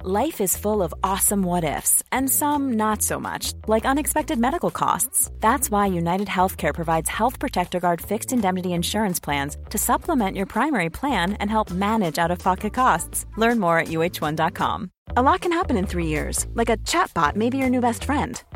Life is full of awesome what ifs, and some not so much, like unexpected medical costs. That's why United Healthcare provides Health Protector Guard fixed indemnity insurance plans to supplement your primary plan and help manage out of pocket costs. Learn more at uh1.com. A lot can happen in three years, like a chatbot may be your new best friend.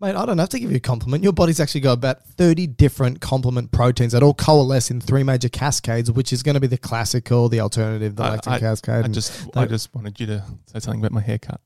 Mate, I don't have to give you a compliment. Your body's actually got about 30 different complement proteins that all coalesce in three major cascades, which is going to be the classical, the alternative, the lactic I, cascade. I and just, the- I just wanted you to say something about my haircut.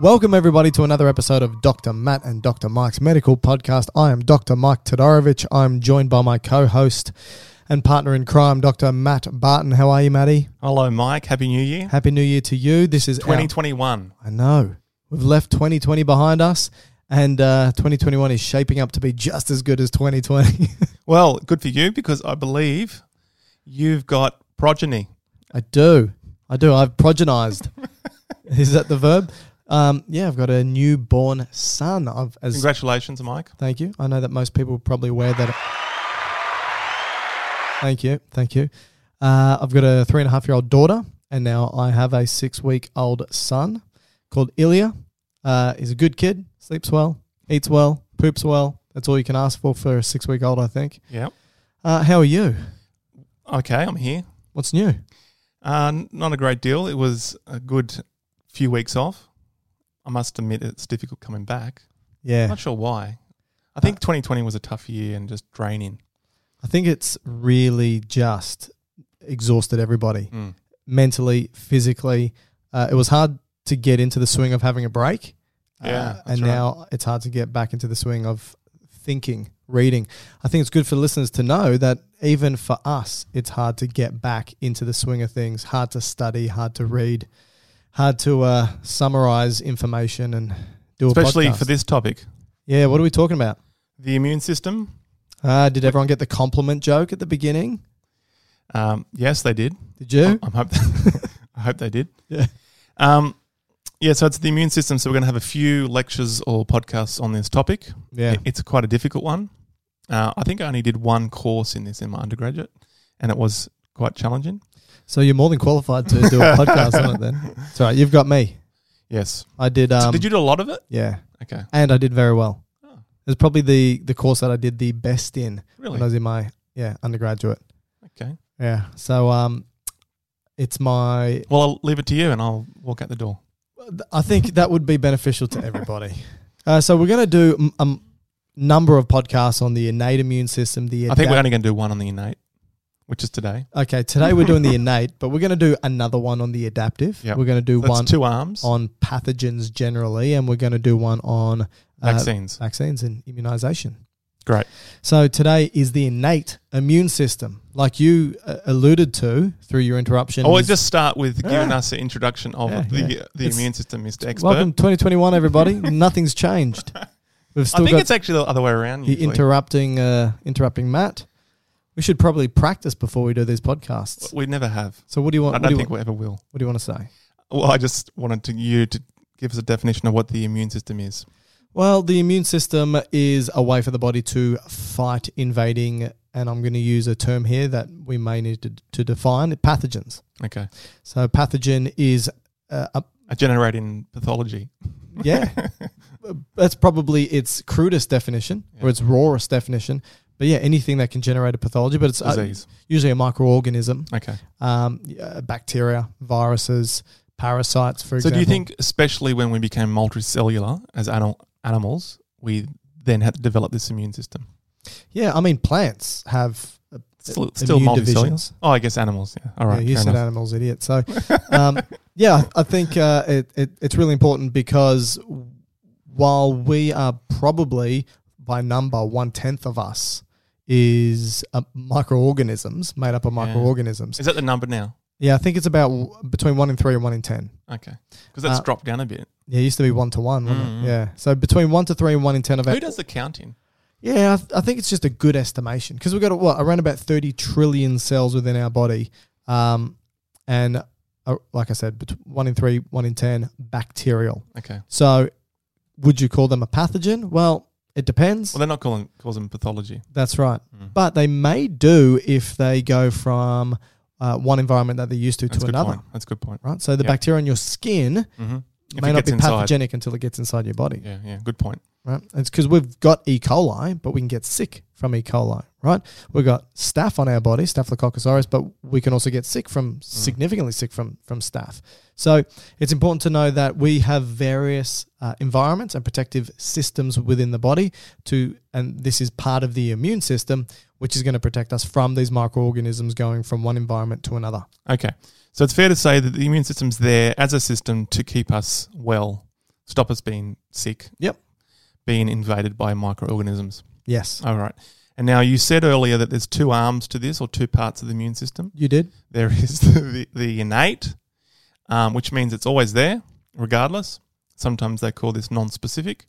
Welcome, everybody, to another episode of Dr. Matt and Dr. Mike's Medical Podcast. I am Dr. Mike Todorovich. I'm joined by my co host and partner in crime, Dr. Matt Barton. How are you, Matty? Hello, Mike. Happy New Year. Happy New Year to you. This is our- 2021. I know. We've left 2020 behind us, and uh, 2021 is shaping up to be just as good as 2020. Well, good for you because I believe you've got progeny. I do. I do. I've progenized. Is that the verb? Um, yeah, I've got a newborn son. I've as Congratulations, Mike. thank you. I know that most people probably wear that. Thank you, thank you. Uh, I've got a three and a half year old daughter, and now I have a six week old son called Ilya. Uh, he's a good kid, sleeps well, eats well, poops well. That's all you can ask for for a six week old, I think. Yeah. Uh, how are you? Okay, I'm here. What's new? Uh, n- not a great deal. It was a good few weeks off. I must admit, it's difficult coming back. Yeah, Not sure why. I think 2020 was a tough year and just draining. I think it's really just exhausted everybody Mm. mentally, physically. Uh, it was hard to get into the swing of having a break. Yeah, Uh, that's and right. now it's hard to get back into the swing of thinking, reading. I think it's good for listeners to know that even for us, it's hard to get back into the swing of things, hard to study, hard to read, hard to uh, summarize information and do Especially a podcast. for this topic Yeah, what are we talking about? the immune system. Uh, did everyone get the compliment joke at the beginning? Um, yes, they did. Did you? I'm hope I hope they did. Yeah. Um, yeah, so it's the immune system. So we're going to have a few lectures or podcasts on this topic. Yeah. It- It's quite a difficult one. Uh, I think I only did one course in this in my undergraduate, and it was quite challenging. So you're more than qualified to do a podcast on it then. It's all right. You've got me. Yes. I did. So Um, did you do a lot of it? Yeah. Okay. And I did very well. Oh. It was probably the, the course that I did the best in Really? when I was in my yeah undergraduate. Okay. Yeah. So um, it's my. Well, I'll leave it to you, and I'll walk out the door. I think that would be beneficial to everybody. uh, so we're going to do m- a m- number of podcasts on the innate immune system. The I think adapt- we're only going to do one on the innate, which is today. okay. Today we're doing the innate, but we're going to do another one on the adaptive. Yep. We're going to do That's one two arms, on pathogens generally, and we're going to do one on uh, vaccines. vaccines and immunization. Great. So today is the innate immune system, like you uh, alluded to through your interruption. Oh, I just start with giving Yeah. us the introduction of Yeah, the uh, yeah. the It's- immune system, Mr. Expert. welcome 2021, everybody. Nothing's changed. I We've still think got it's actually the other way around. the Usually. interrupting uh, interrupting Matt. We should probably practice before we do these podcasts. we never have. So what do you want? I What do don't you, think want- we ever will. what do you want to say? Well, I just wanted to, you to give us a definition of what the immune system is. Well, the immune system is a way for the body to fight invading, and I'm going to use a term here that we may need to, to define pathogens. Okay. So pathogen is uh, a I generate in pathology. Yeah. That's probably its crudest definition or its rawest definition. But yeah, anything that can generate a pathology, but it's uh, Disease. usually a microorganism, Okay. um, uh, bacteria, viruses, parasites, for So example. do you think, especially when we became multicellular as adult animals, we then had to develop this immune system? Yeah, I mean, plants have uh, Still, immune still multicellular. divisions. Oh, I guess animals. Yeah. All right. yeah, you fair said enough. animals, idiot. So, um, yeah, I think uh, it, it, it's really important because while we are probably by number one tenth of us is uh, microorganisms made up of microorganisms. Is that the number now? Yeah, I think it's about w- between one in three and one in ten. Okay. Because that's Uh, dropped down a bit. Yeah, it used to be one to one, wasn't Mm. it? Yeah, so between one to three and one in ten of Who our does the counting? Yeah, I, th- I think it's just a good estimation because we've got what around about thirty trillion cells within our body, um, and uh, like I said, bet- one in three, one in ten bacterial. Okay. So, would you call them a pathogen? Well, it depends. Well, they're not calling causing pathology. Mm. That's right, but they may do if they go from uh, one environment that they're used to That's a to good another. point. That's a good point. Right, so the Yep. bacteria on your skin Mm-hmm. If may it not gets be inside. pathogenic until it gets inside your body. Yeah. Yeah. Good point. right? It's because we've got E. coli, but we can get sick from E. coli, right? We've got staph on our body, staphylococcus aureus, but we can also get sick from significantly sick from from staph. So it's important to know that we have various uh, environments and protective systems within the body to, and this is part of the immune system, which is going to protect us from these microorganisms going from one environment to another. Okay. So it's fair to say that the immune system's there as a system to keep us well, stop us being sick. Yep. Being invaded by microorganisms. Yes, All right. And now you said earlier that there's two arms to this or two parts of the immune system. you did. There is the, the, the innate, um, which means it's always there, regardless. Sometimes they call this non specific.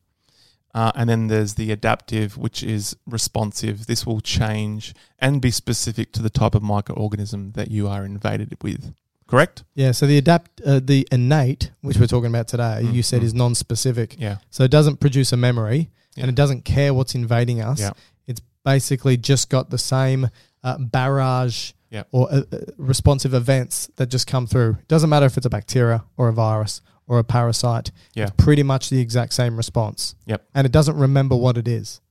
Uh, and then there's the adaptive, which is responsive. This will change and be specific to the type of microorganism that you are invaded with. Correct? Yeah, so the adapt, uh, the innate, which we're talking about today, you said is non-specific. Yeah. So it doesn't produce a memory Yeah. and it doesn't care what's invading us. Yeah. It's basically just got the same uh, barrage Yeah. or uh, uh, responsive events that just come through. It doesn't matter if it's a bacteria or a virus or a parasite. Yeah. It's pretty much the exact same response. Yep. And it doesn't remember what it is.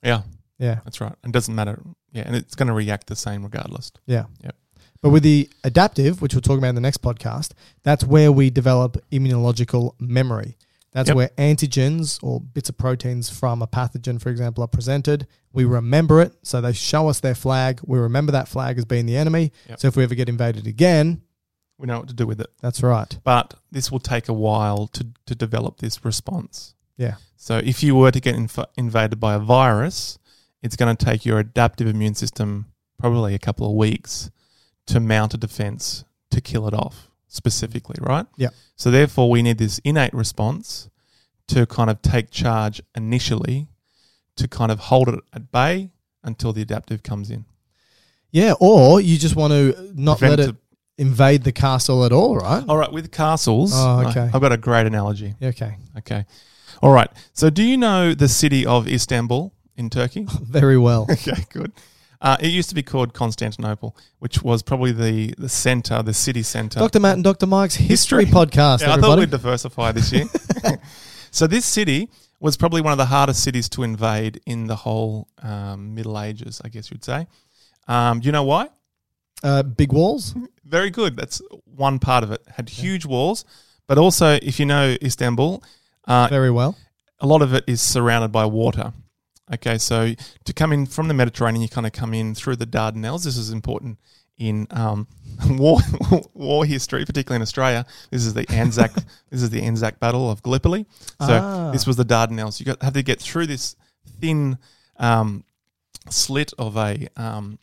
Yeah, Yeah. that's right. It doesn't matter. Yeah, and it's going to react the same regardless. Yeah. Yep. But with the adaptive, which we'll talk about in the next podcast, that's where we develop immunological memory. That's Yep. where antigens or bits of proteins from a pathogen, for example, are presented. We remember it. So they show us their flag. We remember that flag as being the enemy. Yep. So if we ever get invaded again, We know what to do with it. that's right. but this will take a while to, to develop this response. Yeah. So if you were to get inv- invaded by a virus, it's going to take your adaptive immune system probably a couple of weeks to mount a defense to kill it off specifically, right? Yeah. So therefore we need this innate response to kind of take charge initially to kind of hold it at bay until the adaptive comes in. Yeah. Or you just want to not let Prevent it invade the castle at all, right? All right, with castles, Oh, okay. I- I've got a great analogy. Okay. Okay. All right. So, do you know the city of Istanbul in Turkey? Very well. okay, good. Uh, it used to be called Constantinople, which was probably the, the center, the city center. Dr. Matt and Dr. Mike's History, History. Podcast, Yeah, I thought everybody. we'd diversify this year. so, this city was probably one of the hardest cities to invade in the whole um, Middle Ages, I guess you'd say. Um, you know why? uh, big walls. Very good. That's one part of it. Had huge walls, but also, if you know Istanbul, uh, Very well. a lot of it is surrounded by water. Okay, so to come in from the Mediterranean, you kind of come in through the Dardanelles. This is important in um, war war history, particularly in Australia. This is the Anzac. this is the Anzac Battle of Gallipoli. So Ah. this was the Dardanelles. You got, have to get through this thin um, slit of a um,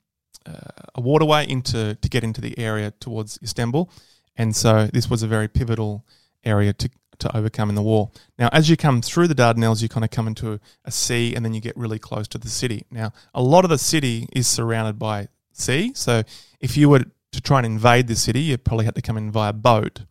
uh, a waterway into to get into the area towards Istanbul, and so this was a very pivotal area to to overcome in the war. Now, as you come through the Dardanelles, you kind of come into a sea, and then you get really close to the city. Now, a lot of the city is surrounded by sea, so if you were to try and invade the city, you probably had to come in via boat.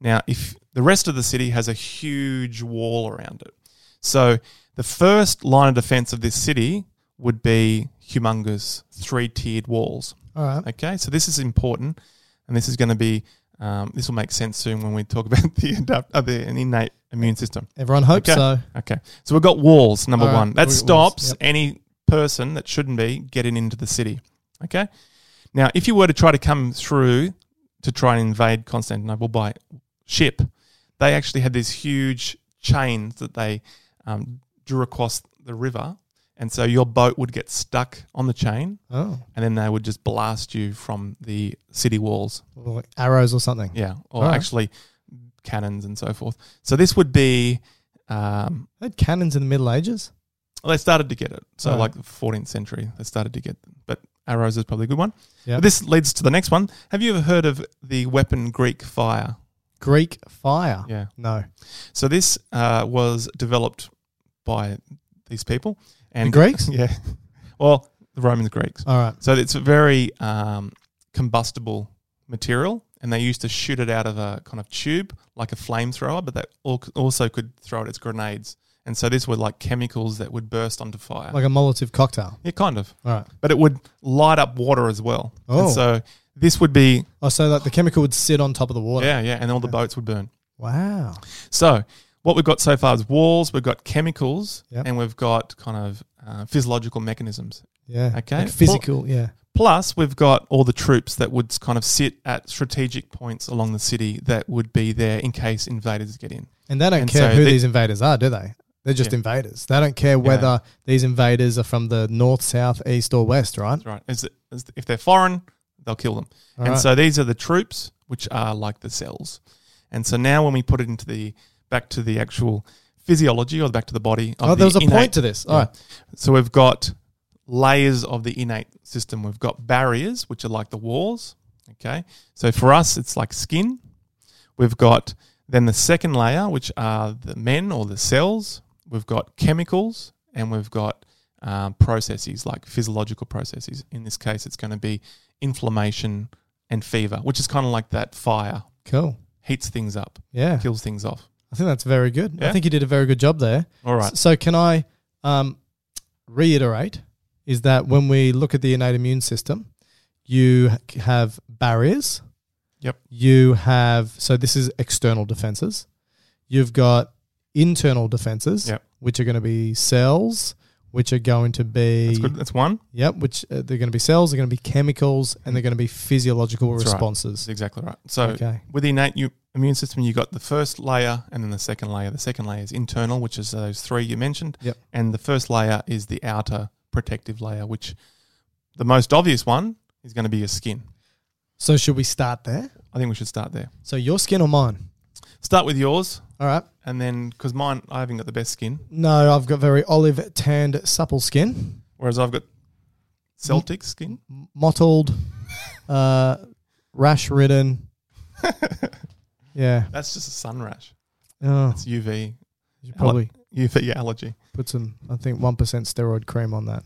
Now, if the rest of the city has a huge wall around it, so the first line of defense of this city would be humongous three tiered walls. All right. Okay, so this is important, and this is going to be Um, this will make sense soon when we talk about the adapt- uh, the innate immune system. Everyone hopes Okay. so. Okay, so we've got walls. Number All right, one, that we've got walls, stops yep. any person that shouldn't be getting into the city. Okay, now if you were to try to come through to try and invade Constantinople by ship, they actually had these huge chains that they um, drew across the river, and so your boat would get stuck on the chain, Oh, and then they would just blast you from the city walls. like arrows or something. Yeah, or Alright. actually cannons and so forth. So this would be um, They had cannons in the Middle Ages. well, they started to get it. So Alright. like the 14th century, they started to get them. But arrows is probably a good one. Yeah. But this leads to the next one. Have you ever heard of the weapon Greek fire? Greek fire. Yeah. No. So this uh, was developed by these people and the Greeks? Yeah. Well, the Romans, Greeks. All right. So it's a very um, combustible material, and they used to shoot it out of a kind of tube, like a flamethrower, but that al- also could throw it as grenades. And so these were like chemicals that would burst onto fire. Like a Molotov cocktail. yeah, kind of. All right. But it would light up water as well. Oh. And so this would be, Oh, so like the chemical would sit on top of the water. yeah, yeah, and all the boats would burn. Wow. So what we've got so far is walls, we've got chemicals, Yep. and we've got kind of uh, physiological mechanisms. Yeah. Okay. Like physical. yeah. Plus, we've got all the troops that would kind of sit at strategic points along the city that would be there in case invaders get in. And they don't And care so who the- these invaders are, do they? They're just Yeah. invaders. They don't care whether these invaders are from the north, south, east, or west, right? That's right. As, as, if they're foreign, they'll kill them. All and right. so these are the troops, which are like the cells. And so now, when we put it into the back to the actual physiology or back to the body, of Oh, there was the a innate- point to this. All Yeah. right. So we've got layers of the innate system. We've got barriers, which are like the walls. Okay. So for us, it's like skin. We've got then the second layer, which are the men or the cells. We've got chemicals and we've got um, processes like physiological processes. In this case, it's going to be inflammation and fever, which is kind of like that fire Cool. heats things up, Yeah. kills things off. I think that's very good. I Yeah? think you did a very good job there. All right. S- So can I um, reiterate is that when we look at the innate immune system, you h- have barriers. Yep. You have so this is external defenses. You've got internal defenses, Yep. which are going to be cells, which are going to be That's good. That's one. yep, which uh, they're going to be cells, they're going to be chemicals, and they're going to be physiological Mm. That's right. That's responses. exactly right. So Okay. with the innate you, immune system, you've got the first layer and then the second layer. The second layer is internal, which is those three you mentioned. Yep. And the first layer is the outer protective layer, which the most obvious one is going to be your skin. So should we start there? I think we should start there. So your skin or mine? Start with yours, All right. and then because mine, I haven't got the best skin, No, I've got very olive tanned supple skin. whereas I've got Celtic skin. m- mottled, uh, rash ridden. yeah. That's just a sun rash. Oh, It's UV, you should probably UV allergy. put some, I think, 1% steroid cream on that.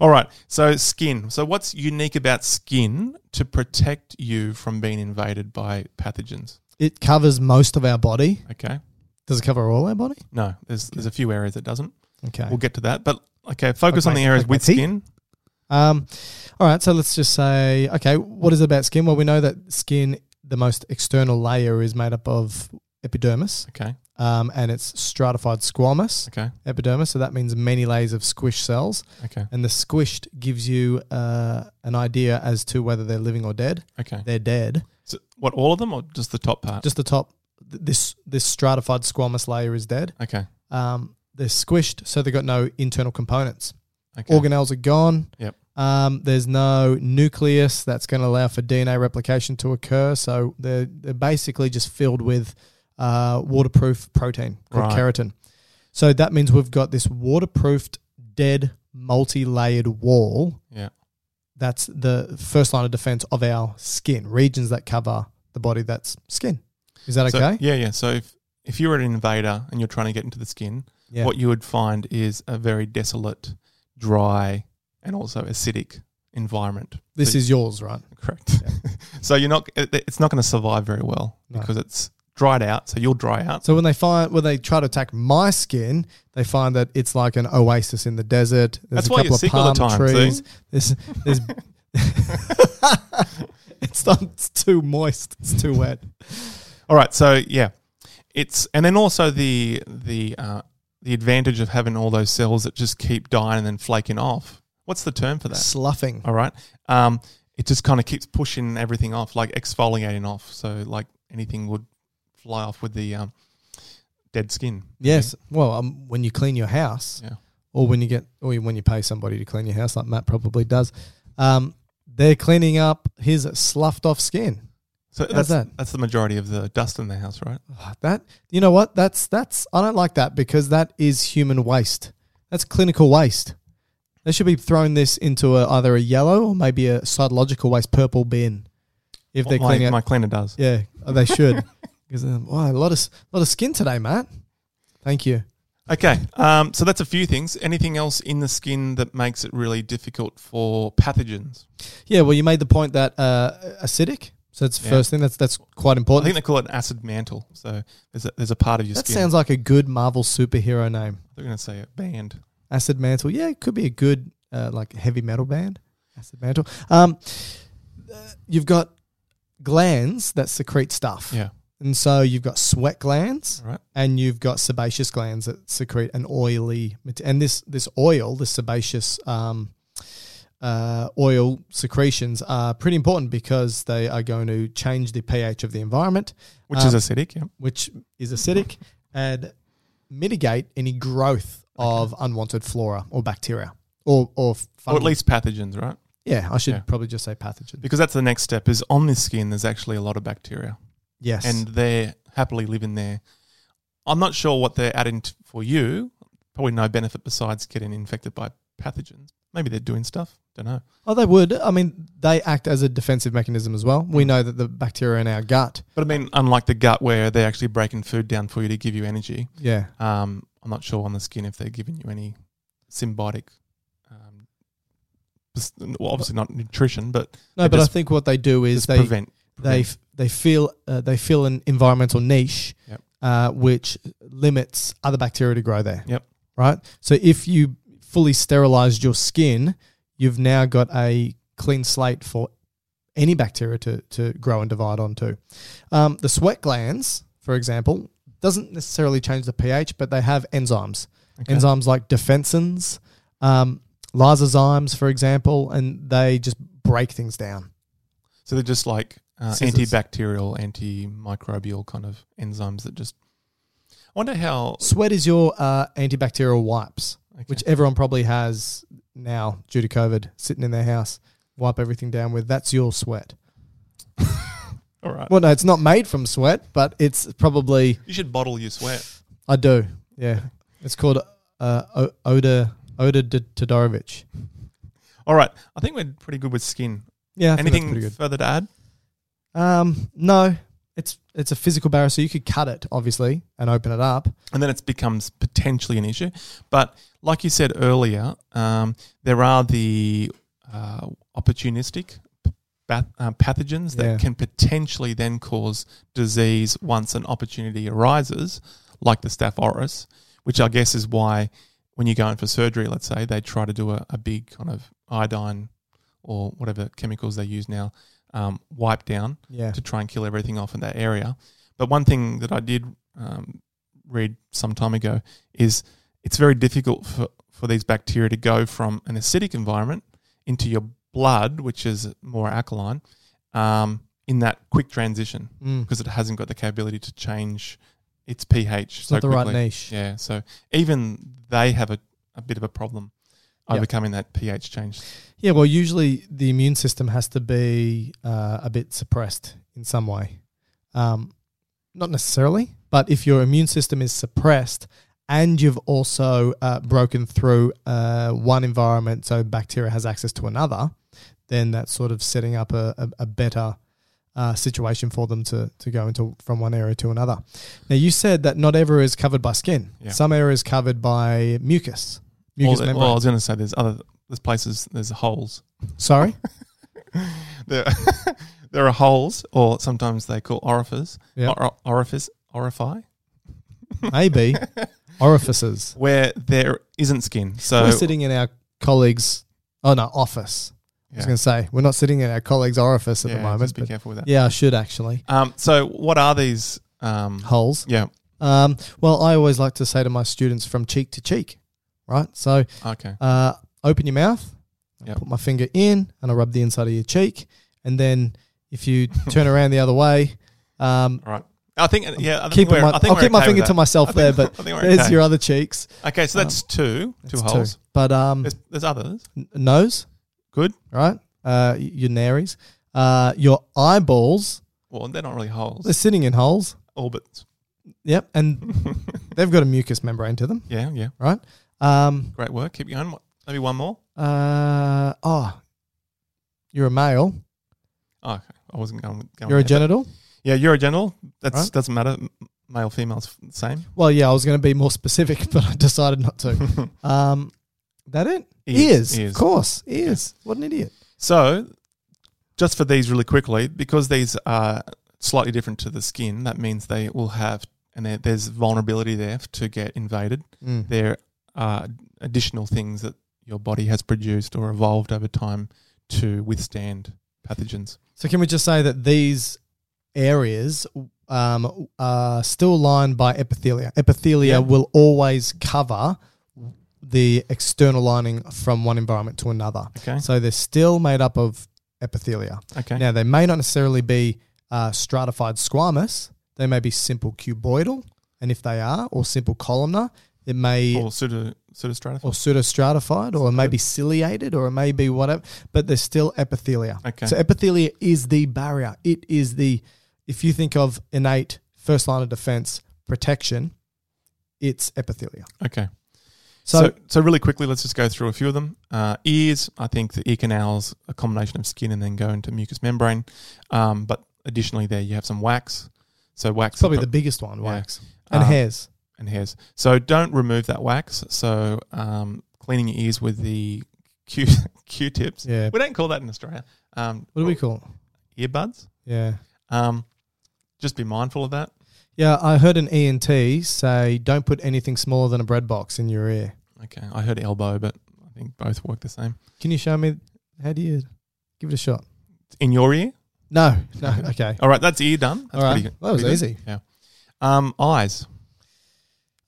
All right. So skin. So what's unique about skin to protect you from being invaded by pathogens? It covers most of our body. Okay. Does it cover all our body? No, there's there's a few areas it doesn't. Okay. We'll get to that. But okay, focus Like on my- the areas like my with teeth? skin. Um, all right. So let's just say, okay, what is it about skin? Well, we know that skin, the most external layer, is made up of epidermis Okay. um, and it's stratified squamous Okay. epidermis. So that means many layers of squish cells. Okay. and the squished gives you uh, an idea as to whether they're living or dead. Okay. They're dead. So what all of them or just the top part? Just the top, th- this this stratified squamous layer is dead. okay. Um, they're squished, so they've got no internal components. Okay. Organelles are gone. Yep. Um, there's no nucleus that's going to allow for DNA replication to occur. So they're they're basically just filled with uh, waterproof protein called Right. keratin. So that means we've got this waterproofed dead multi-layered wall yeah. that's the first line of defense of our skin, regions that cover the body that's skin. Is that So- okay? yeah, yeah. So if if you're an invader and you're trying to get into the skin, Yeah. what you would find is a very desolate, dry, and also acidic environment. This So- is yours, right? correct. so you're not. it- It's not going to survive very well No. because it's dried out. So you'll dry out. So when they find when they try to attack my skin, they find that it's like an oasis in the desert. That's There's a why couple you're of sick palm all the time, see? trees. There's, there's it's not, it's too moist. It's too wet. All right, so yeah, it's and then also the the uh, the advantage of having all those cells that just keep dying and then flaking off. What's the term for that? Sloughing. All right, um, it just kind of keeps pushing everything off, like exfoliating off. So like anything would fly off with the um, dead skin. Yes. Well, um, when you clean your house, Yeah. or when you get, or when you pay somebody to clean your house, like Matt probably does, um, they're cleaning up his sloughed off skin. So that's How's that? that's the majority of the dust in the house, right? Ah, That you know what? That's that's I don't like that because that is human waste. That's clinical waste. They should be throwing this into a, either a yellow or maybe a cytological waste purple bin. If What they're Oh, my, cleaning up, my cleaner does. yeah, oh, they should. Because um, wow, a lot of s- lot of skin today, Matt. Thank you. Okay, um, so that's a few things. Anything else in the skin that makes it really difficult for pathogens? Yeah, well, you made the point that uh, acidic. So that's the Yeah. first thing. That's that's quite I think important. they call it an acid mantle. So there's a, there's a part of your That skin. sounds like a good Marvel superhero name. They're going to say it band. Acid Mantle. Yeah, it could be a good uh, like heavy metal band. Acid Mantle. Um, uh, you've got glands that secrete stuff, Yeah. and so you've got sweat glands, All right. and you've got sebaceous glands that secrete an oily mat- and this this oil, this sebaceous um, uh, oil secretions are pretty important because they are going to change the pH of the environment, Which Um, is acidic. Yeah. which is acidic, and mitigate any growth of unwanted flora or bacteria or or, Or fungi. at least pathogens, right? yeah. I should yeah. probably just say pathogen. Because that's the next step is on this skin, there's actually a lot of bacteria Yes, and they're happily living there. I'm not sure what they're adding t- for you. Probably no benefit besides getting infected by pathogens. Maybe they're doing stuff. Don't know. oh, they would. I mean, they act as a defensive mechanism as well. Mm. We know that the bacteria in our gut. But I mean, unlike the gut where they're actually breaking food down for you to give you energy, Yeah, um, I'm not sure on the skin if they're giving you any symbiotic. Um, bes- well, obviously not nutrition, but no, They but just- I think what they do is just they prevent. they f- they feel uh, they feel an environmental niche Yep. uh, which limits other bacteria to grow there. Yep. Right. So if you fully sterilized your skin, you've now got a clean slate for any bacteria to to grow and divide onto. Um, the sweat glands, for example, doesn't necessarily change the pH, but they have enzymes. Okay. Enzymes like defensins, um, lysozymes, for example, and they just break things down. So they're just like uh, Scissors. antibacterial, antimicrobial kind of enzymes that just. I wonder how. Sweat is your uh, antibacterial wipes, Okay. which everyone probably has now due to COVID, sitting in their house, wipe everything down with. That's your sweat. all right. Well, no, it's not made from sweat, but it's probably You should bottle your sweat. I do. Yeah, it's called uh, o- odor odor D- Todorovic. All right. I think we're pretty good with skin. Yeah, I think that's Anything pretty further to add? good. Um, no, it's it's a physical barrier, so you could cut it obviously and open it up. and then it becomes potentially an issue. But like you said earlier, um, there are the uh, opportunistic p- bath, uh, pathogens that Yeah. can potentially then cause disease once an opportunity arises, like the Staph aureus, which I guess is why when you go in for surgery, let's say they try to do a, a big kind of iodine or whatever chemicals they use now um, wipe down Yeah, to try and kill everything off in that area. But one thing that I did um, read some time ago is it's very difficult for, for these bacteria to go from an acidic environment into your blood, which is more alkaline, um, in that quick transition mm. because it hasn't got the capability to change its pH. it's so not the right quickly. niche. Yeah, so even they have a, a bit of a problem Yep. overcoming that pH change. Yeah, well, usually the immune system has to be uh, a bit suppressed in some way. Um, not necessarily, but if your immune system is suppressed and you've also uh, broken through uh, one environment so bacteria has access to another, then that's sort of setting up a, a, a better uh, situation for them to, to go into from one area to another. Now, you said that not every is covered by skin, Yeah. some area is covered by mucus. Well, Mucus th- membrane. well, I was going to say there's other there's places there's holes Sorry? there, there are holes, or sometimes they call orifices, Yeah. or, orifice, orify, Maybe. Orifices. where there isn't skin. So We're sitting in our colleagues' oh no office. I was Yeah. going to say, we're not sitting in our colleague's orifice at yeah, the moment. Just be but- careful with that. yeah, I should actually. Um, so what are these? Um, Holes. yeah. Um, well, I always like to say to my students from cheek to cheek, right? So Okay. uh, open your mouth, I Yep. put my finger in, and I rub the inside of your cheek. And then if you turn around the other way, um, All right. I think. Yeah. I think keep it we're, my, I think I'll we're keep my okay finger with to that. myself I there, think- but I think we're there's okay. your other cheeks. Okay. So that's two. Two That's holes. But um, There's, there's others. n- nose, Good. right? Uh, y- your nares, uh, your eyeballs. Well, they're not really holes. They're sitting in holes. Orbits. Yep, and they've got a mucous membrane to them, Yeah. Yeah. right? Um, Great work. Keep going. What- Maybe one more. uh, oh, you're a male. Oh, okay. I wasn't going. with- going You're a with that. genital. Yeah. You're a general. That Right. doesn't matter. M- Male, female's f- the same. Well, yeah, I was going to be more specific, but I decided not to. Um, that it? Ears, Ears, ears. of course. Ears. What an idiot. So, just for these really quickly, because these are slightly different to the skin, that means they will have, and there- there's vulnerability there to get invaded. Mm. There are additional things that your body has produced or evolved over time to withstand pathogens. So, can we just say that these areas um, are still lined by epithelia? Epithelia Yeah. will always cover the external lining from one environment to another. Okay. So, they're still made up of epithelia. Okay. Now, they may not necessarily be uh, stratified squamous, they may be simple cuboidal. And if they are, or simple columnar, it may or pseudo pseudostratified. or pseudostratified, or it may be ciliated, or it may be whatever, but there's still epithelia. Okay. So epithelia is the barrier. It is the, if you think of innate first line of defense protection, it's epithelia. Okay. So, So, so really quickly, let's just go through a few of them. Uh, ears, I think the ear canals, a combination of skin and then go into mucous membrane. Um, but additionally, there you have some wax. So wax it's probably the biggest one, Yeah. wax Uh, and hairs. and hairs. So don't remove that wax. So um, cleaning your ears with the Q Q-tips. Yeah. We don't call that in Australia. Um, What do we call? earbuds? It? Yeah. Um, just be mindful of that. Yeah, I heard an ENT say, "Don't put anything smaller than a bread box in your ear." Okay. I heard elbow, but I think both work the same. Can you show me how do you give it a shot? In your ear. No, no, okay, All right, that's ear done. That's All right. pretty good. That was pretty easy. Yeah. Um, eyes.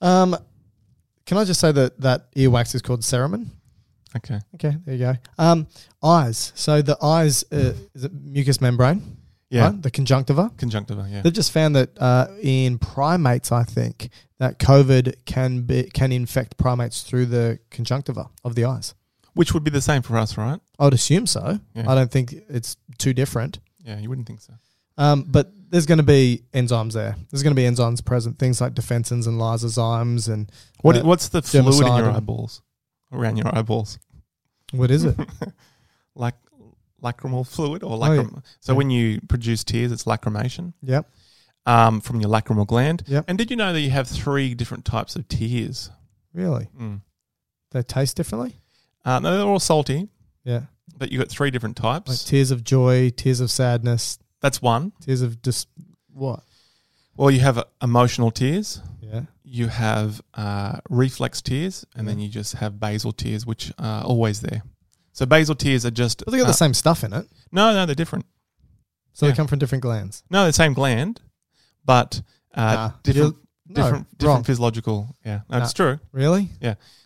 Um, can I just say that that earwax is called cerumen? Okay. Okay, there you go. Um, eyes. So the eyes uh, is a mucous membrane, Yeah. right? The conjunctiva. Conjunctiva. Yeah. They've just found that uh, in primates, I think that COVID can be can infect primates through the conjunctiva of the eyes. Which would be the same for us, right? I would assume so. Yeah. I don't think it's too different. Yeah. You wouldn't think so. Um, but there's going to be enzymes there. There's going to be enzymes present, things like defensins and lysozymes and What? Uh, what's the fluid in your germicidal. eyeballs? Around your eyeballs. what is it? Lac- lacrimal fluid or Oh, yeah. lacrim. So Yeah. when you produce tears, it's lacrimation yep. um, from your lacrimal gland. Yep. And did you know that you have three different types of tears? Really? Mm. They taste differently. Uh, no, they're all salty, Yeah. but you got three different types. Like tears of joy, tears of sadness, That's one. tears of just what? Well, you have uh, emotional tears. Yeah. You have uh, reflex tears, and Mm-hmm. then you just have basal tears, which are always there. So basal tears are just But they got the uh, same stuff in it. no, no, they're different. So Yeah. they come from different glands. No, the same gland, but uh, Nah, different, you're- no, different, wrong. different physiological. Yeah, no, it's true. Really?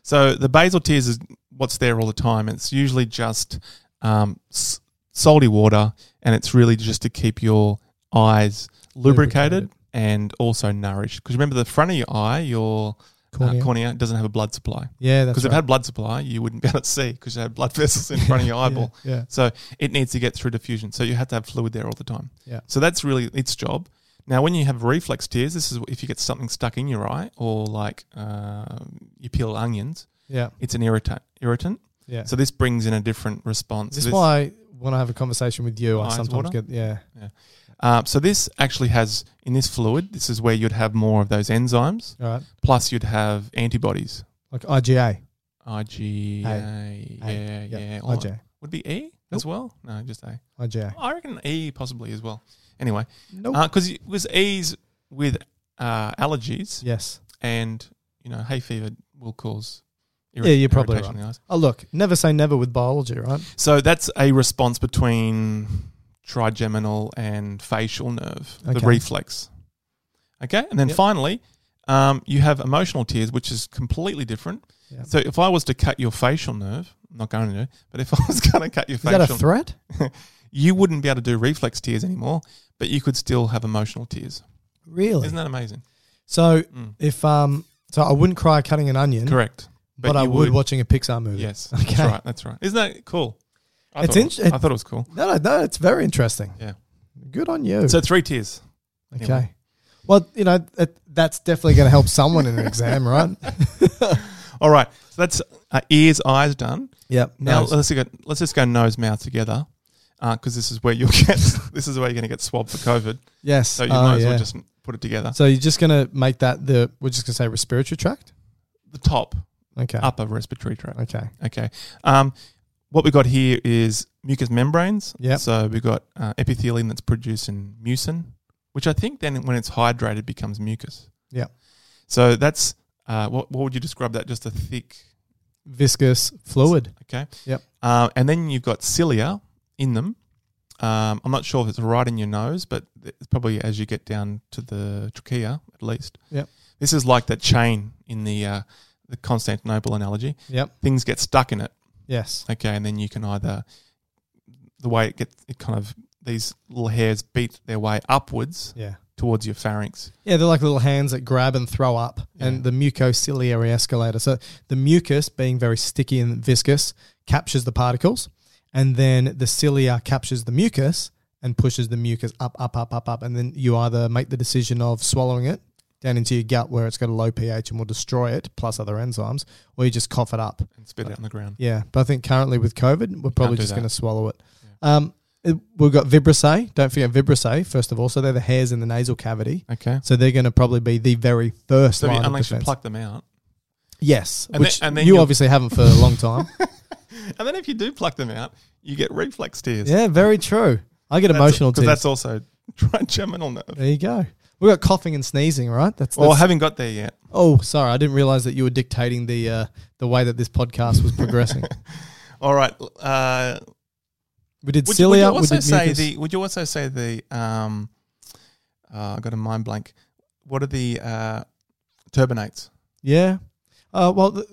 So the basal tears is what's there all the time. It's usually just um, s- salty water, and it's really just to keep your eyes lubricated, Lubricated. and also nourished. Because remember, the front of your eye, your cornea, Cornea. uh, cornea doesn't have a blood supply. yeah, that's Because right. if it had blood supply, you wouldn't be able to see because you had blood vessels in front of your eyeball. Yeah. yeah. So it needs to get through diffusion. So you have to have fluid there all the time. Yeah. So that's really its job. Now, when you have reflex tears, this is if you get something stuck in your eye or like uh, you peel onions, Yeah. it's an irritant. Irritant. Yeah. So this brings in a different response. this is This- why when I have a conversation with you, I Eyes sometimes water? get yeah. uh, so this actually has in this fluid. This is where you'd have more of those enzymes. All right. Plus, you'd have antibodies. Like IgA. IgA. yeah, yeah, yeah. All- IgA. Would be E as well? No, just A. IgA. I reckon E possibly as well. Anyway, Nope. because it was E's with uh, allergies yes. and you know hay fever will cause Irri- Yeah, you're probably irritation in the eyes. Oh, look, never say never with biology, right? So that's a response between trigeminal and facial nerve, Okay. the reflex. Okay, and then Yep. finally, um, you have emotional tears, which is completely different. Yep. So if I was to cut your facial nerve, I'm not going to, but if I was going to cut your Is that a facial, threat? you wouldn't be able to do reflex tears anymore, but you could still have emotional tears. Really? Isn't that amazing? so Mm. if um, so I wouldn't cry cutting an onion, Correct. but, I you would, watching a Pixar movie. Yes. That's Okay. right. That's right. Isn't that cool? I It's thought it was- int- I thought it was cool. No, no, no, it's very interesting. Yeah. Good on you. So three tears. okay. anyway. Well, you know, that, that's definitely going to help someone in an exam, right? All right. So that's uh, ears, eyes done. Yep. Now uh, nice. let's go, let's just go nose mouth together, because this is where you'll get this is where you're going to get swabbed for COVID. yes. So you Oh, might as yeah. well just put it together. So you're just gonna make that the we're just gonna say respiratory tract. the top Okay. upper respiratory tract. Okay. Okay. Um, what we got here is mucous membranes. Yep. So we got uh, epithelium that's produced in mucin, which I think then when it's hydrated becomes mucus. Yep. So that's uh, what what would you describe that? Just a thick. Viscous fluid. Okay. Yep. Uh, and then you've got cilia in them. Um, I'm not sure if it's right in your nose, but it's probably as you get down to the trachea, at least. Yep. This is like that chain in the uh, the Constantinople analogy. Yep. Things get stuck in it. Yes. Okay, and then you can either the way it gets it kind of these little hairs beat their way upwards Yeah. towards your pharynx. Yeah, they're like little hands that grab and throw up, Yeah. and the mucociliary escalator. So the mucus, being very sticky and viscous, captures the particles, and then the cilia captures the mucus and pushes the mucus up, up, up, up, up, and then you either make the decision of swallowing it down into your gut where it's got a low pH and will destroy it, plus other enzymes, or you just cough it up. And spit it out on the ground. Yeah, but I think currently with COVID, we're probably do just that. going to swallow it. Um, it- we've got vibrissae. Don't forget vibrissae, first of all. So they're the hairs in the nasal cavity. Okay. So they're going to probably be the very first So you- line of unless you defense. pluck them out. yes, And which then- and then you you'll- obviously haven't for a long time. And then if you do pluck them out, you get reflex tears. yeah, very true. I get emotional too. Because that's also trigeminal nerve. there you go. We've got coughing and sneezing, right? That's, Well, I that's haven't got there yet. oh, sorry, I didn't realize that you were dictating the uh, the way that this podcast was progressing. All right. Uh, we did would, you- would cilia. you we also did say mucus. the? Would you also say the? Um, uh, I got a mind blank. What are the uh, turbinates? Yeah. Uh, well, the,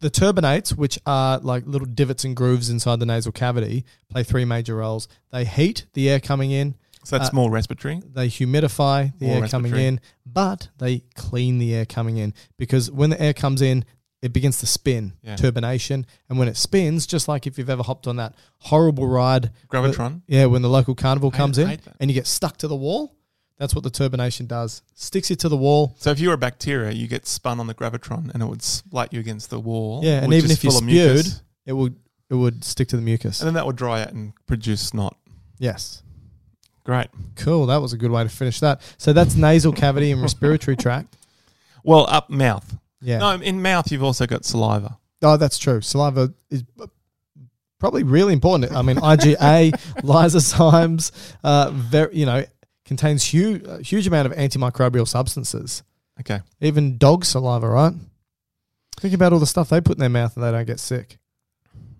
the turbinates, which are like little divots and grooves inside the nasal cavity, play three major roles. They heat the air coming in, So that's Uh, more respiratory. they humidify the More air coming respiratory. in, but they clean the air coming in because when the air comes in, it begins to spin, Yeah. turbination. And when it spins, just like if you've ever hopped on that horrible ride, Gravitron. yeah, when the local carnival comes I in hate that. and you get stuck to the wall, that's what the turbination does. Sticks you to the wall, So if you were a bacteria, you get spun on the gravitron and it would splat you against the wall. Yeah, and which even is if you full of spewed, mucus, it would it would stick to the mucus. and then that would dry out and produce snot. Yes. Great. Cool. That was a good way to finish that. So that's nasal cavity and respiratory tract. Well, up mouth. Yeah. No, in mouth you've also got saliva. Oh, that's true. Saliva is probably really important. I mean, IgA, lysozymes, uh, very, you know, contains huge, huge amount of antimicrobial substances. Okay. Even dog saliva, right? Think about all the stuff they put in their mouth and they don't get sick.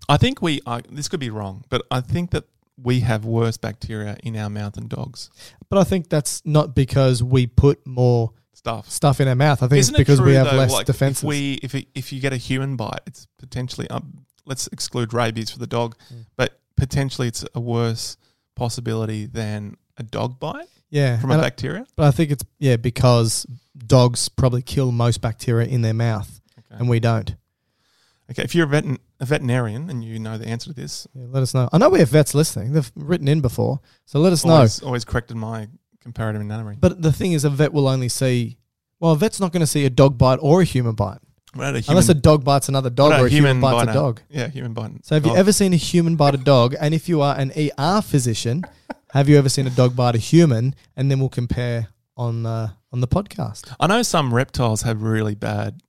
I think we. I this could be wrong, but I think that we have worse bacteria in our mouth than dogs. But I think that's not because we put more Stuff. stuff in our mouth. I think Isn't it's because it true, we have though, less like, defenses. If we if it, if you get a human bite, it's potentially. Um, let's exclude rabies for the dog, Mm. but potentially it's a worse possibility than a dog bite yeah. from and a I- bacteria. But I think it's yeah because dogs probably kill most bacteria in their mouth, Okay. and we don't. Okay, if you're a, veterin a veterinarian and you know the answer to this, Yeah, let us know. I know we have vets listening; they've written in before, so let us know. always, always corrected my comparative anatomy. But the thing is, a vet will only see. Well, a vet's not going to see a dog bite or a human bite What about a unless a human- dog bites another dog what about or a human, bites bite a dog. Yeah, human Oh, bite. So, have you dog. ever seen a human bite a dog? And if you are an ER physician, have you ever seen a dog bite a human? And then we'll compare on uh, on the podcast. I know some reptiles have really bad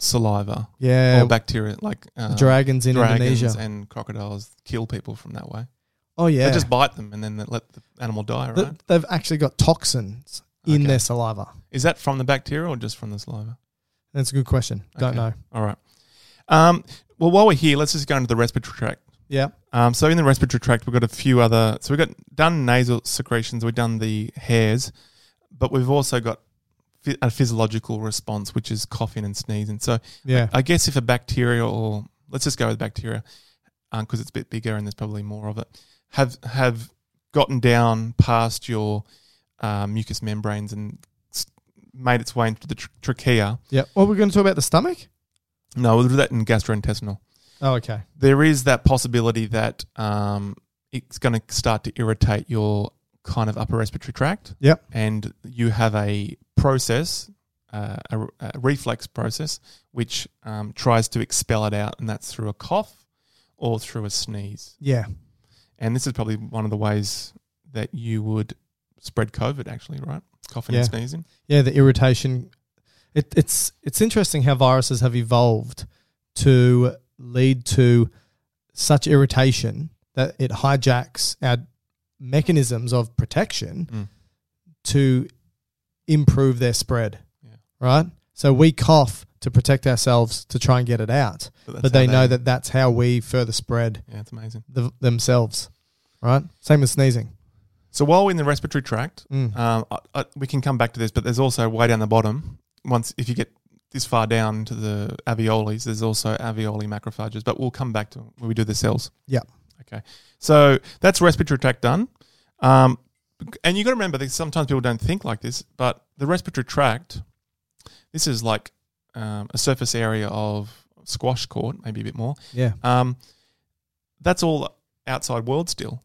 saliva Yeah, or bacteria, like uh, Um, dragons in dragons Indonesia. and crocodiles kill people from that way. oh yeah, They just bite them and then they let the animal die. Right? Th- They've actually got toxins in Okay. their saliva. Is that from the bacteria or just from the saliva? That's a good question. Don't Okay. know. All right. Um, well, while we're here, let's just go into the respiratory tract. Yeah. Um, so in the respiratory tract, we've got a few other. So we've got done nasal secretions, we've done the hairs, but we've also got phy- a physiological response, which is coughing and sneezing. So Yeah. I guess if a bacteria or let's just go with bacteria because it's a bit bigger and there's probably more of it have have gotten down past your uh, mucous membranes and s- made its way into the tr- trachea. yeah. Well, we're going to talk about the stomach. No, we'll do that in gastrointestinal. Oh, okay. There is that possibility that um, it's going to start to irritate your kind of upper respiratory tract. Yep. And you have a process, uh, a, r- a reflex process, which um, tries to expel it out, and that's through a cough or through a sneeze. Yeah. And this is probably one of the ways that you would spread COVID, actually, right? Coughing and Yeah. sneezing. Yeah. The irritation. It, it's it's interesting how viruses have evolved to lead to such irritation that it hijacks our mechanisms of protection Mm. to improve their spread. Yeah. Right. So we cough to protect ourselves to try and get it out, that's but how they know that that's how we further spread Yeah, it's amazing. the, themselves. Right. Same with sneezing. So while we're in the respiratory tract, Mm. Um, I, I, we can come back to this, but there's also way down the bottom. Once if you get this far down to the alveoles, there's also alveoli macrophages. But we'll come back to it when we do the cells. Yeah. Okay. So that's respiratory tract done. Um, and you got to remember that sometimes people don't think like this, but the respiratory tract, this is like um, a surface area of squash court, maybe a bit more. Yeah. Um, that's all outside world still.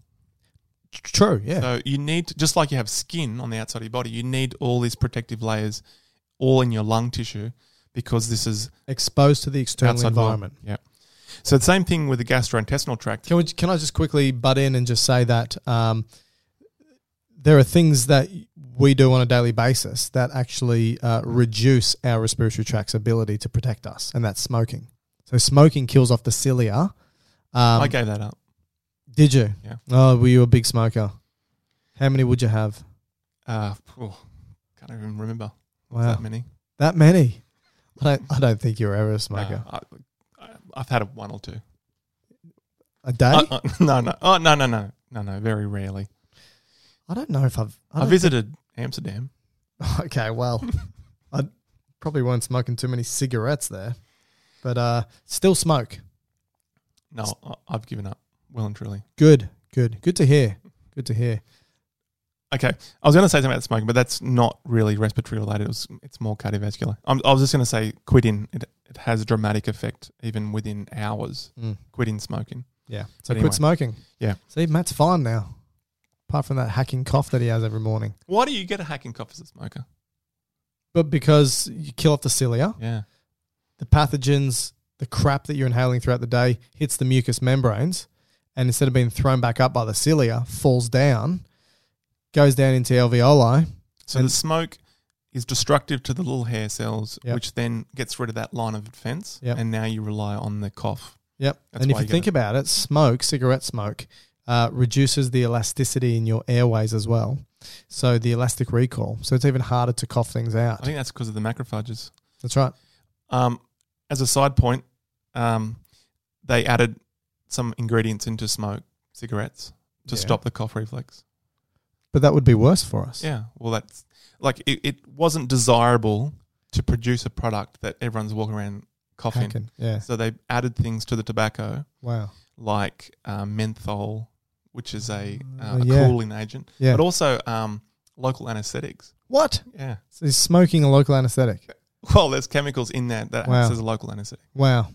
True. Yeah. So you need, to, just like you have skin on the outside of your body, you need all these protective layers, all in your lung tissue, because this is Exposed to the external outside world. environment. Yeah. So the same thing with the gastrointestinal tract. Can we? Can I just quickly butt in and just say that um, there are things that we do on a daily basis that actually uh, reduce our respiratory tract's ability to protect us, and that's smoking. So smoking kills off the cilia. Um, I gave that up. Did you? Yeah. Oh, were you a big smoker? How many would you have? Uh, oh, can't even remember Wow, that many. that many. I don't. I don't think you were ever a No, smoker. I, I, I've had a one or two. A day? Uh, uh, no, no, oh, no, no, no, no, no. Very rarely. I don't know if I've. I I, don't visited Amsterdam. Okay, well, I probably weren't smoking too many cigarettes there, but uh, still smoke. No, I, I've given up. Well and truly. Good, good, good to hear. Good to hear. Okay, I was going to say something about smoking, but that's not really respiratory related. It was, it's more cardiovascular. i I was just going to say quitting. It, it has a dramatic effect even within hours. Mm. Quitting smoking. Yeah. So Anyway. quit smoking. Yeah. See, Matt's fine now, apart from that hacking cough that he has every morning. Why do you get a hacking cough as a smoker? But because you kill off the cilia, Yeah, the pathogens, the crap that you're inhaling throughout the day hits the mucous membranes, and instead of being thrown back up by the cilia, falls down, goes down into alveoli. so the smoke is destructive to the little hair cells, Yep. which then gets rid of that line of defense, Yep. and now you rely on the cough. Yep. That's and if why you you think gotta- about it, smoke, cigarette smoke, uh, reduces the elasticity in your airways as well. So the elastic recall. So it's even harder to cough things I out. think that's because of the macrophages. That's right. Um, as a side point, um, they added some ingredients into smoke cigarettes to Yeah. stop the cough reflex. But that would be worse for us. Yeah, well, that's like it, it wasn't desirable to produce a product that everyone's walking around coughing. Hacking. Yeah. So they added things to the tobacco, Wow. like um, menthol, which is a, uh, Oh, a yeah. cooling agent, Yeah. but also um, local anesthetics. What? Yeah. So is smoking a local anesthetic? Well, there's chemicals in that that Wow. acts as a local anesthetic. Wow.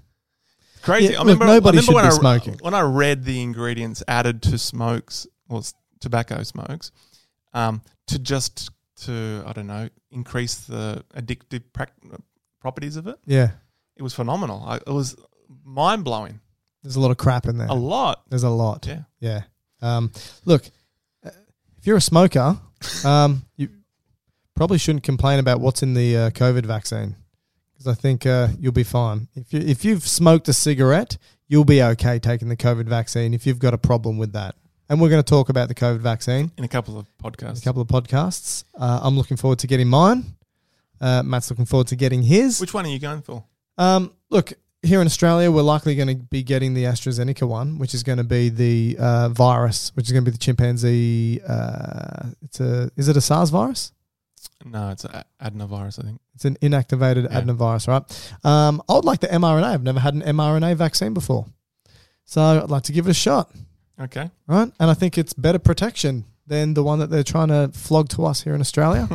Crazy. Yeah, I look, remember, nobody I remember should when be I, smoking. When I read the ingredients added to smokes, well, s- tobacco smokes, um, to just to I don't know increase the addictive prac- properties of it, Yeah. it was phenomenal. I, it was mind blowing. There's a lot of crap in there. A lot. There's a lot. Yeah. Yeah. Um, look, uh, if you're a smoker, um, you probably shouldn't complain about what's in the uh, COVID vaccine because I think uh, you'll be fine. If you if you've smoked a cigarette, you'll be okay taking the COVID vaccine if you've got a problem with that. And we're going to talk about the COVID vaccine In a couple of in a podcasts. couple of podcasts. Uh, I'm looking forward to getting mine. Uh, Matt's looking forward to getting his. Which one are you going for? Um, look, here in Australia, we're likely going to be getting the AstraZeneca one, which is going to be the uh, virus, which is going to be the chimpanzee. Uh, it's a is it a SARS virus? No, it's a- adenovirus, I think. It's an inactivated Yeah. adenovirus, right? Um, I would like the mRNA. I've never had an mRNA vaccine before, so I'd like to give it a shot, Okay. right? And I think it's better protection than the one that they're trying to flog to us here in Australia.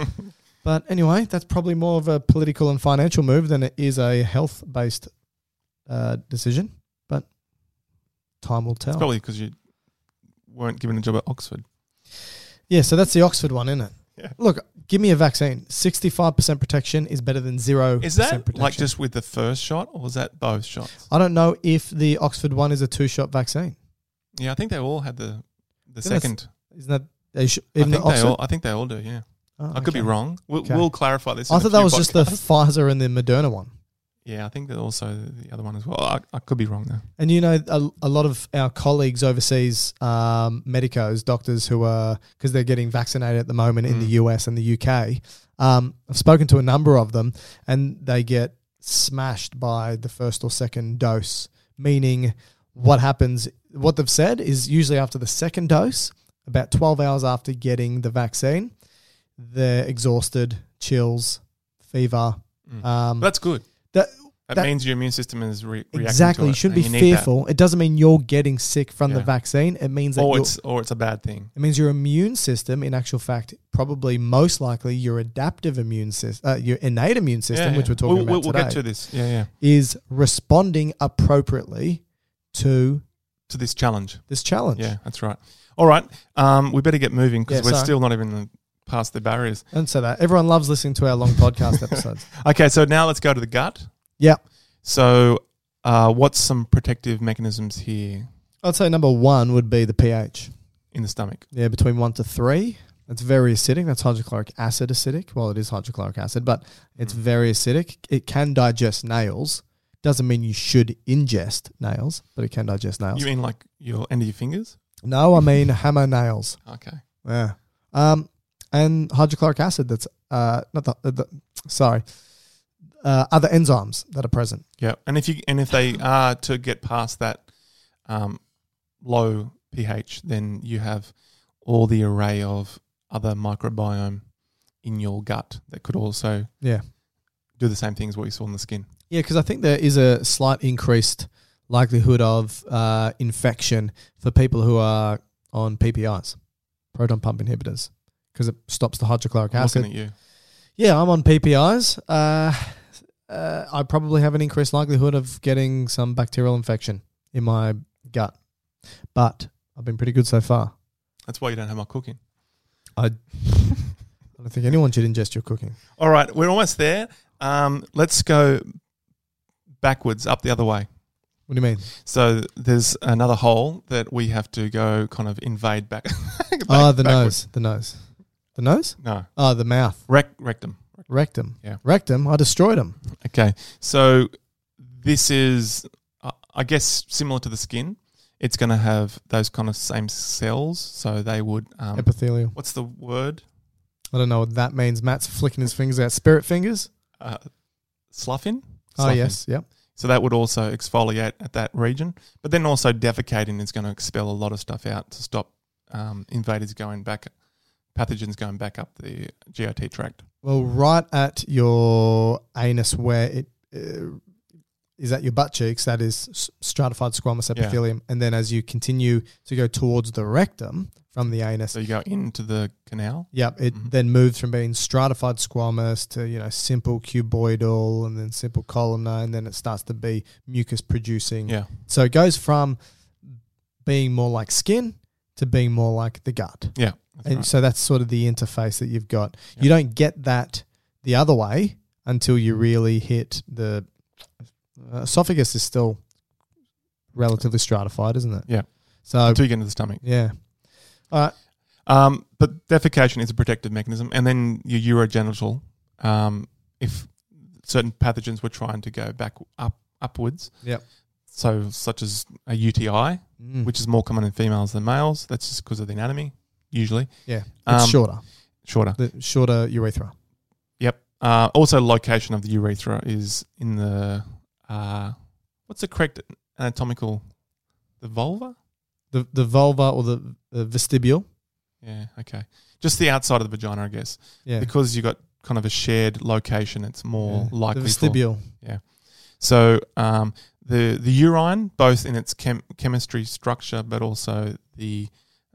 but anyway, that's probably more of a political and financial move than it is a health based uh, decision. But time will tell. Probably because you weren't given a job at Oxford. Yeah, so that's the Oxford one, isn't it? Yeah. Look, give me a vaccine. Sixty-five percent protection is better than zero. Is that protection. Uh, like just with the first shot or is that both shots? I don't know if the Oxford one is a two-shot vaccine. Yeah, I think they all had the the Didn't it second. Isn't that they sh- I even think the they Oxford? all. I think they all do. Yeah, Oh, I could be okay. wrong. We'll, Okay. we'll clarify this. I in a thought that few was just the podcasts. Pfizer and the Moderna one. yeah, I think that also the other one as well. I, I could be wrong though. And you know, a, a lot of our colleagues overseas, um, medicos, doctors who are, because they're getting vaccinated at the moment in Mm. the US and the UK, um, I've spoken to a number of them and they get smashed by the first or second dose, meaning what happens, what they've said is usually after the second dose, about 12 hours after getting the vaccine, they're exhausted, chills, fever. Mm. Um, But that's good. that, That, that- means your immune system is re- reacting Exactly. To it You and shouldn't be need that. fearful. It doesn't mean you're getting sick from the Yeah. vaccine. It means that or you're- it's or it's a bad thing. it means your immune system, in actual fact, probably most likely your adaptive immune system, uh, your innate immune system, Yeah, which yeah. we're talking we'll, about we'll, today, We'll get to this. Yeah, yeah. is responding appropriately to To this challenge. this challenge. Yeah, that's right. All right. Um, we better get moving because Yeah, we're sorry. still not even past the barriers. And so that everyone loves listening to our long podcast episodes. Okay, so now let's go to the gut. Yeah. So, uh, what's some protective mechanisms here I'd say number one would be the pH. in the stomach? Yeah, between one to three. That's very acidic. That's hydrochloric acid acidic. Well, it is hydrochloric acid, but it's Mm. very acidic. It can digest nails. Doesn't mean you should ingest nails, but it can digest nails. You mean like your end of your fingers? no, I mean hammer nails. Okay. Yeah. Um, and hydrochloric acid. That's uh, not the, the sorry, uh, other enzymes that are present. Yeah. And if you and if they are to get past that um, low pH, then you have all the array of other microbiome in your gut that could also Yeah. do the same things what you saw in the skin. Yeah, because I think there is a slight increased likelihood of uh, infection for people who are on PPIs, proton pump inhibitors, because it stops the hydrochloric I'm looking acid. at you. Yeah, I'm on PPIs. Uh, uh, I probably have an increased likelihood of getting some bacterial infection in my gut, but I've been pretty good so far. That's why you don't have my cooking. I don't think anyone should ingest your cooking. All right, we're almost there. Um, let's go backwards, up the other way. What do you mean? So there's another hole that we have to go kind of invade back. back- Oh, the backwards. nose. The nose. The nose? No, Oh, the mouth. rec- rectum. Rectum. Yeah. Rectum. I destroyed him. Okay, so this is, uh, I guess, similar to the skin. It's going to have those kind of same cells, so they would. Um, Epithelial. what's the word? I don't know what that means. Matt's flicking his fingers out. Spirit fingers? Uh, sloughing. Oh, Sloughing. yes. Yep. So that would also exfoliate at that region. But then also defecating is going to expel a lot of stuff out to stop um, invaders going back, pathogens going back up the GIT tract. Well, right at your anus where it uh, is at your butt cheeks, that is s- stratified squamous Yeah. epithelium. And then as you continue to go towards the rectum from the anus, So you go into the canal. yep, it Mhm. then moves from being stratified squamous to, you know, simple cuboidal and then simple columnar. And then it starts to be mucus producing. Yeah. So it goes from being more like skin to being more like the gut. Yeah. That's And right. so that's sort of the interface that you've got. Yeah. You don't get that the other way until you really hit the uh, esophagus is still relatively stratified, isn't it? Yeah. So Until you get into the stomach. yeah. All right. Um, but defecation is a protective mechanism. And then your urogenital, um, if certain pathogens were trying to go back up upwards. Yep. So such as a UTI, Mm. which is more common in females than males. That's just because of the anatomy, usually. yeah, it's um, shorter. Shorter. The shorter urethra. Yep. Uh, also, location of the urethra is in the uh, What's the correct anatomical? The vulva? The the vulva or the, the vestibule. Yeah, okay. Just the outside of the vagina, I guess. Yeah. Because you've got kind of a shared location, it's more Yeah. likely. the for- vestibule. so um, the the urine, both in its chem- chemistry structure, but also the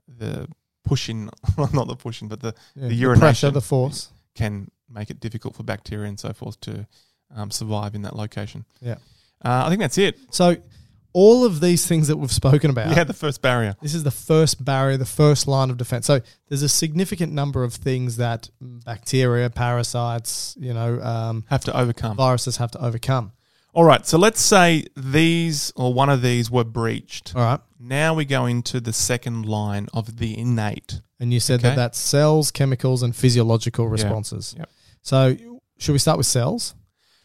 the pushing, well, not the pushing, but the Yeah. the pressure, urination. the force. can make it difficult for bacteria and so forth to um, survive in that location. Yeah. Uh, I think that's it. So all of these things that we've spoken about. Yeah, the first barrier. This is the first barrier, the first line of defense. So there's a significant number of things that bacteria, parasites, you know, um, Have to overcome. viruses have to overcome. All right, so let's say these or one of these were breached. All right. Now we go into the second line of the innate. And you said Okay. that that's cells, chemicals, and physiological responses. Yep. So should we start with cells?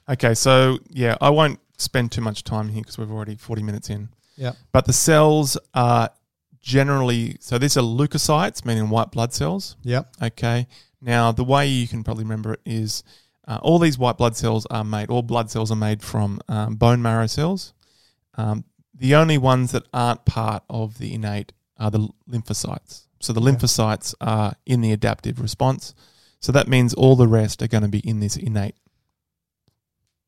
Okay, so yeah, I won't spend too much time here because we've already 40 minutes in. Yep. But the cells are generally, so these are leukocytes, meaning white blood cells. Yep. Okay. Now, the way you can probably remember it is uh, all these white blood cells are made, all blood cells are made from um, bone marrow cells. Um, the only ones that aren't part of the innate are the lymphocytes. So the lymphocytes are in the adaptive response. So that means all the rest are going to be in this innate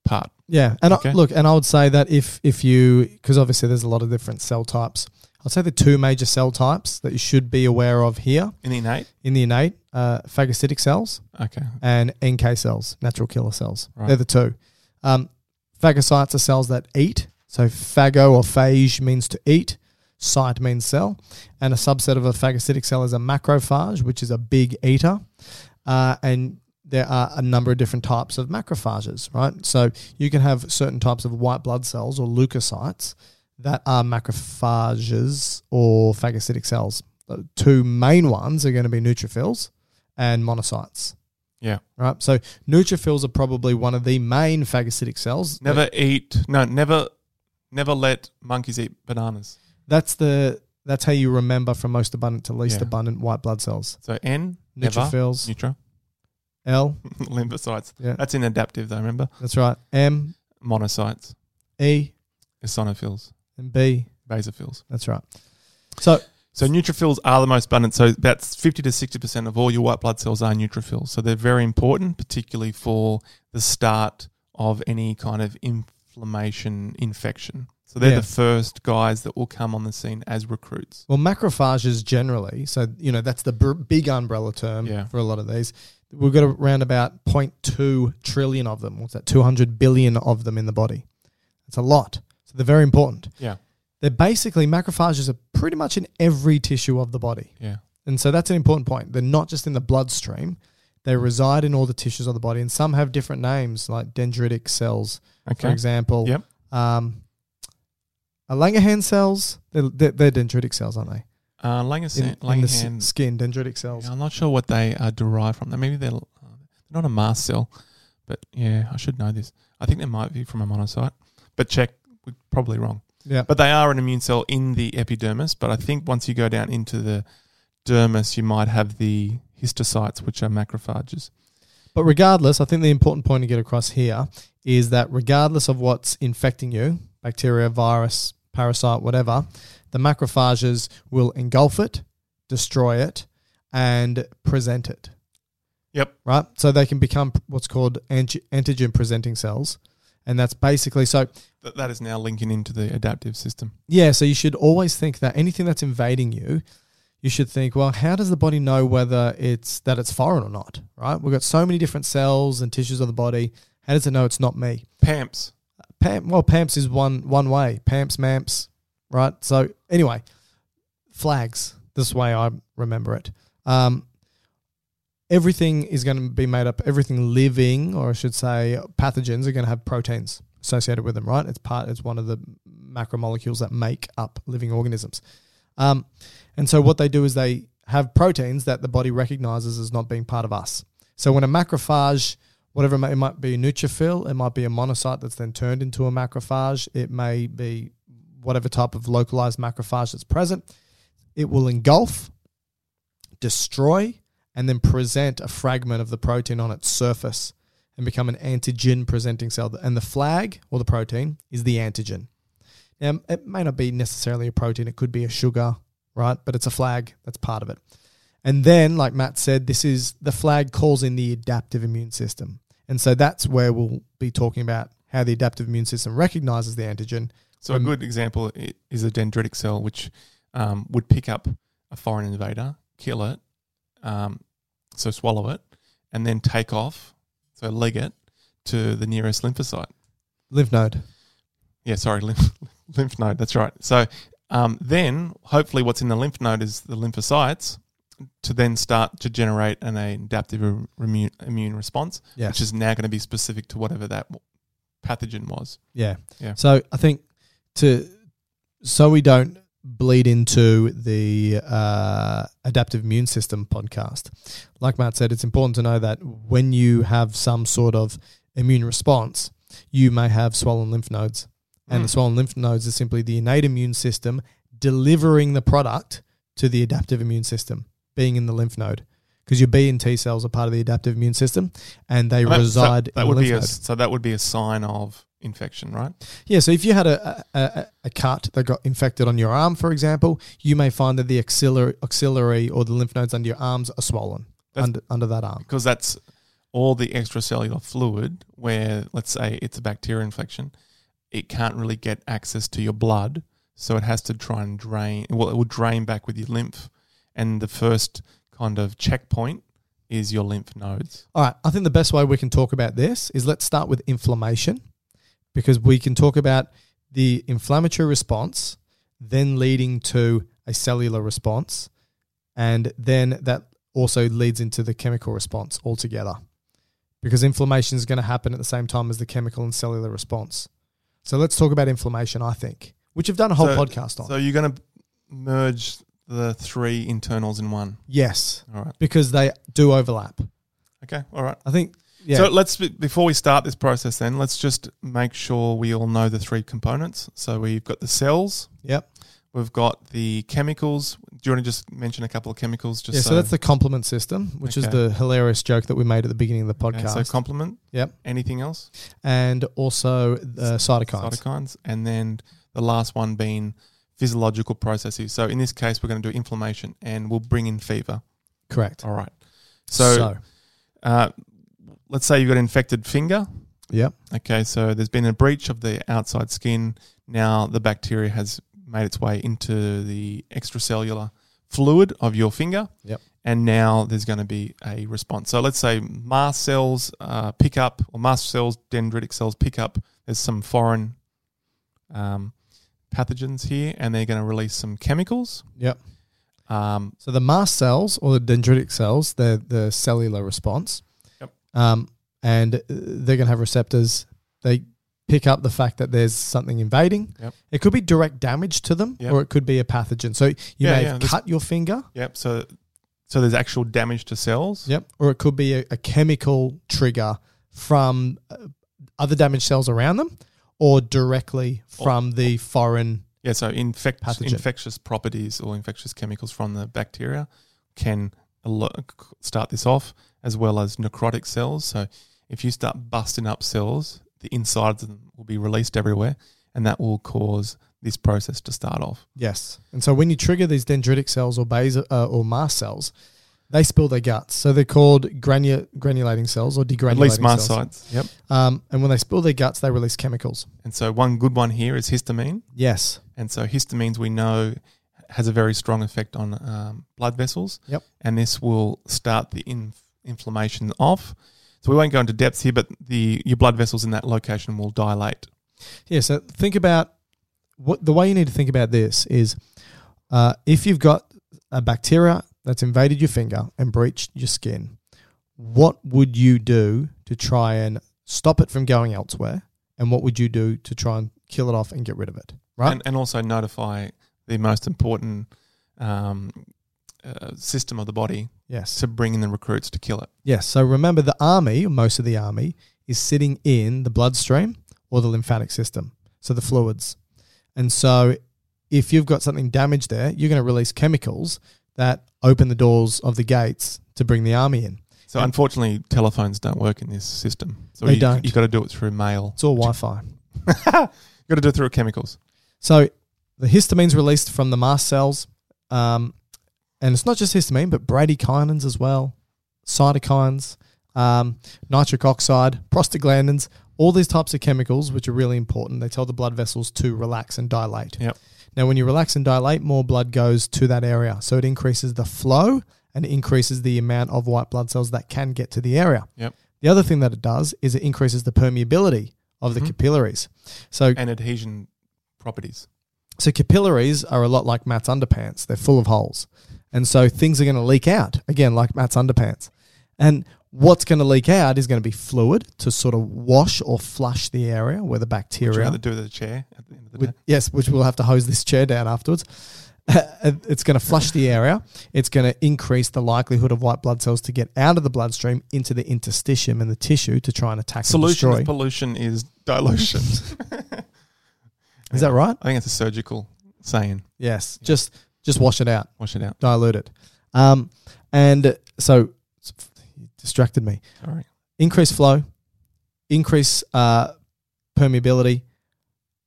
part. Yeah. And Okay. I, look, and I would say that if if you, because obviously there's a lot of different cell types. I'd say the two major cell types that you should be aware of here In the innate? in the innate, uh, phagocytic cells. Okay. and NK cells, natural killer cells. Right. They're the two. Um, phagocytes are cells that eat. So phago or phage means to eat. Cyte means cell. And a subset of a phagocytic cell is a macrophage, which is a big eater. Uh, and there are a number of different types of macrophages, right? So you can have certain types of white blood cells or leukocytes that are macrophages or phagocytic cells. The two main ones are going to be neutrophils and monocytes Yeah. right? So neutrophils are probably one of the main phagocytic cells. Never eat, no, never, never let monkeys eat bananas. That's the that's how you remember from most abundant to least Yeah. abundant white blood cells. So N, never, Neutrophils, neutral, L, lymphocytes. yeah, That's in adaptive though, remember? that's right. M, Monocytes. E, eosinophils, and B, basophils. that's right. So So neutrophils are the most abundant. So that's 50 to 60% of all your white blood cells are neutrophils. So they're very important, particularly for the start of any kind of inflammation infection. So they're Yeah. the first guys that will come on the scene as recruits. Well, macrophages generally, so you know that's the br- big umbrella term Yeah. for a lot of these. We've got around about 0.2 trillion of them. What's that? 200 billion of them in the body. That's a lot. So they're very important. Yeah. They're basically macrophages are pretty much in every tissue of the body. Yeah. And so that's an important point. They're not just in the bloodstream. They reside in all the tissues of the body and some have different names like dendritic cells, for Okay. example. Yep. Um, uh, Langerhans cells, they're, they're, they're dendritic cells, aren't they? Uh, Langerhans. in, in the s- Langerhans. skin, dendritic cells. yeah, I'm not sure what they are derived from. Maybe they're uh, they're not a mast cell, but yeah, I should know this. I think they might be from a monocyte, but check, we're probably wrong. Yeah, But they are an immune cell in the epidermis. But I think once you go down into the dermis, you might have the histocytes, which are macrophages. but regardless, I think the important point to get across here is that regardless of what's infecting you, bacteria, virus, parasite, whatever, the macrophages will engulf it, destroy it, and present it. Yep. right? So they can become what's called anti- antigen presenting cells. And that's basically so, That, that is now linking into the adaptive system. yeah. So you should always think that anything that's invading you, you should think, well, how does the body know whether it's that it's foreign or not, right? We've got so many different cells and tissues of the body. How does it know it's not me? PAMPs. Pam, well, PAMPS is one one way. PAMPS, MAMPS, right? So anyway, flags. This way I remember it. Um, everything is going to be made up. Everything living, or I should say, pathogens are going to have proteins associated with them, right? It's part. It's one of the macromolecules that make up living organisms. Um, and so what they do is they have proteins that the body recognizes as not being part of us. So when a macrophage, whatever it might, it might be a neutrophil, it might be a monocyte that's then turned into a macrophage, it may be whatever type of localized macrophage that's present, it will engulf, destroy, and then present a fragment of the protein on its surface and become an antigen presenting cell. And the flag or the protein is the antigen. Um, it may not be necessarily a protein, it could be a sugar, right? But it's a flag, that's part of it. And then, like Matt said, this is the flag calls in the adaptive immune system. And so that's where we'll be talking about how the adaptive immune system recognizes the antigen. So a good example i- is a dendritic cell, which um, would pick up a foreign invader, kill it, um, so swallow it, and then take off, so leg it to the nearest lymphocyte. Lymph node. Yeah, sorry, lymph, lymph node. That's right. So um, then, hopefully, what's in the lymph node is the lymphocytes to then start to generate an adaptive im- immune, immune response, Yes. which is now going to be specific to whatever that w- pathogen was. Yeah. Yeah. So I think to so we don't bleed into the uh, adaptive immune system podcast. Like Matt said, it's important to know that when you have some sort of immune response, you may have swollen lymph nodes, and the Mm. swollen lymph nodes are simply the innate immune system delivering the product to the adaptive immune system, being in the lymph node. Because your B and T cells are part of the adaptive immune system, and they Oh, That- so reside that in would the lymph be a, node. so that would be a sign of infection, right? Yeah, so if you had a, a, a, a cut that got infected on your arm, for example, you may find that the axillary, axillary or the lymph nodes under your arms are swollen That's- under, under that arm. because that's all the extracellular fluid where let's say it's a bacteria infection it can't really get access to your blood so it has to try and drain well it will drain back with your lymph and the first kind of checkpoint is your lymph nodes All right, I think the best way we can talk about this is let's start with inflammation because we can talk about the inflammatory response, then leading to a cellular response, and then that also leads into the chemical response altogether because inflammation is going to happen at the same time as the chemical and cellular response. So let's talk about inflammation, I think, which you've done a whole So- podcast on. so you're going to merge the three internals in one yes, all right because they do overlap. okay all right I think, yeah. So let's be- before we start this process, then let's just make sure we all know the three components. So we've got the cells. Yep. We've got the chemicals. Do you want to just mention a couple of chemicals? Just yeah, so, that's the complement system, which is Okay. the hilarious joke that we made at the beginning of the Okay, podcast. so complement. Yep. Anything else? and also the cytokines. Cytokines, and then the last one being physiological processes. So in this case, we're going to do inflammation, and we'll bring in fever. Correct. All right. So, Uh, let's say you've got an infected finger. yep, Okay, so there's been a breach of the outside skin. Now the bacteria has made its way into the extracellular fluid of your finger. Yep. And now there's going to be a response. So let's say mast cells uh, pick up, or mast cells, dendritic cells pick up. There's some foreign um, pathogens here, and they're going to release some chemicals. yep. Um, So the mast cells or the dendritic cells, they're the cellular response. Yep. Um, and uh, they're going to have receptors. They pick up the fact that there's something invading. Yep. It could be direct damage to them, Yep. or it could be a pathogen. So you Yeah, may yeah, have that's- cut your finger. yep. So, so there's actual damage to cells. Yep. Or it could be a, a chemical trigger from uh, other damaged cells around them, or directly from the foreign Yeah, so infect, Pathogen. infectious properties or infectious chemicals from the bacteria can alo- start this off, as well as necrotic cells. So if you start busting up cells, the insides of them will be released everywhere, and that will cause this process to start off. Yes. And so when you trigger these dendritic cells or basal uh, or mast cells, they spill their guts. So they're called granu- granulating cells or degranulating At least cells. myocytes. Yep. Um, and when they spill their guts, they release chemicals. And so one good one here is histamine. Yes. And so histamines we know has a very strong effect on um, blood vessels. Yep. And this will start the inf- inflammation off. So we won't go into depth here, but the your blood vessels in that location will dilate. Yeah. So think about what the way you need to think about this is uh, if you've got a bacteria that's invaded your finger and breached your skin, what would you do to try and stop it from going elsewhere? And what would you do to try and kill it off and get rid of it? Right. And, and also notify the most important um, uh, system of the body yes. to bring in the recruits to kill it. Yes. So remember, the army, most of the army, is sitting in the bloodstream or the lymphatic system, so the fluids. And so, if you've got something damaged there, you're going to release chemicals that open the doors of the gates to bring the army in. So And- unfortunately, telephones don't work in this system. So They you, don't. You've got to do it through mail. It's all Wi Fi. You've got to do it through chemicals. So the histamine's released from the mast cells, um, and it's not just histamine, but bradykinins as well, cytokines, um, nitric oxide, prostaglandins, all these types of chemicals, which are really important. They tell the blood vessels to relax and dilate. Yep. Now, when you relax and dilate, more blood goes to that area. So it increases the flow and increases the amount of white blood cells that can get to the area. Yep. The other thing that it does is it increases the permeability of the Mhm. capillaries. So and adhesion properties. so capillaries are a lot like Matt's underpants. They're full of holes. And so things are going to leak out, again, like Matt's underpants. And what's going to leak out is going to be fluid to sort of wash or flush the area where the Would you bacteria. rather do the chair at the end of the With- day? yes, which we'll have to hose this chair down afterwards. it's going to flush the area. It's going to increase the likelihood of white blood cells to get out of the bloodstream into the interstitium and the tissue to try and attack Solution and of destroy. pollution is dilution. Is that right? I think it's a surgical saying. Yes. Just just wash it out. Wash it out. dilute it. Um, and so you distracted me. All right. Increase flow, increase uh, permeability,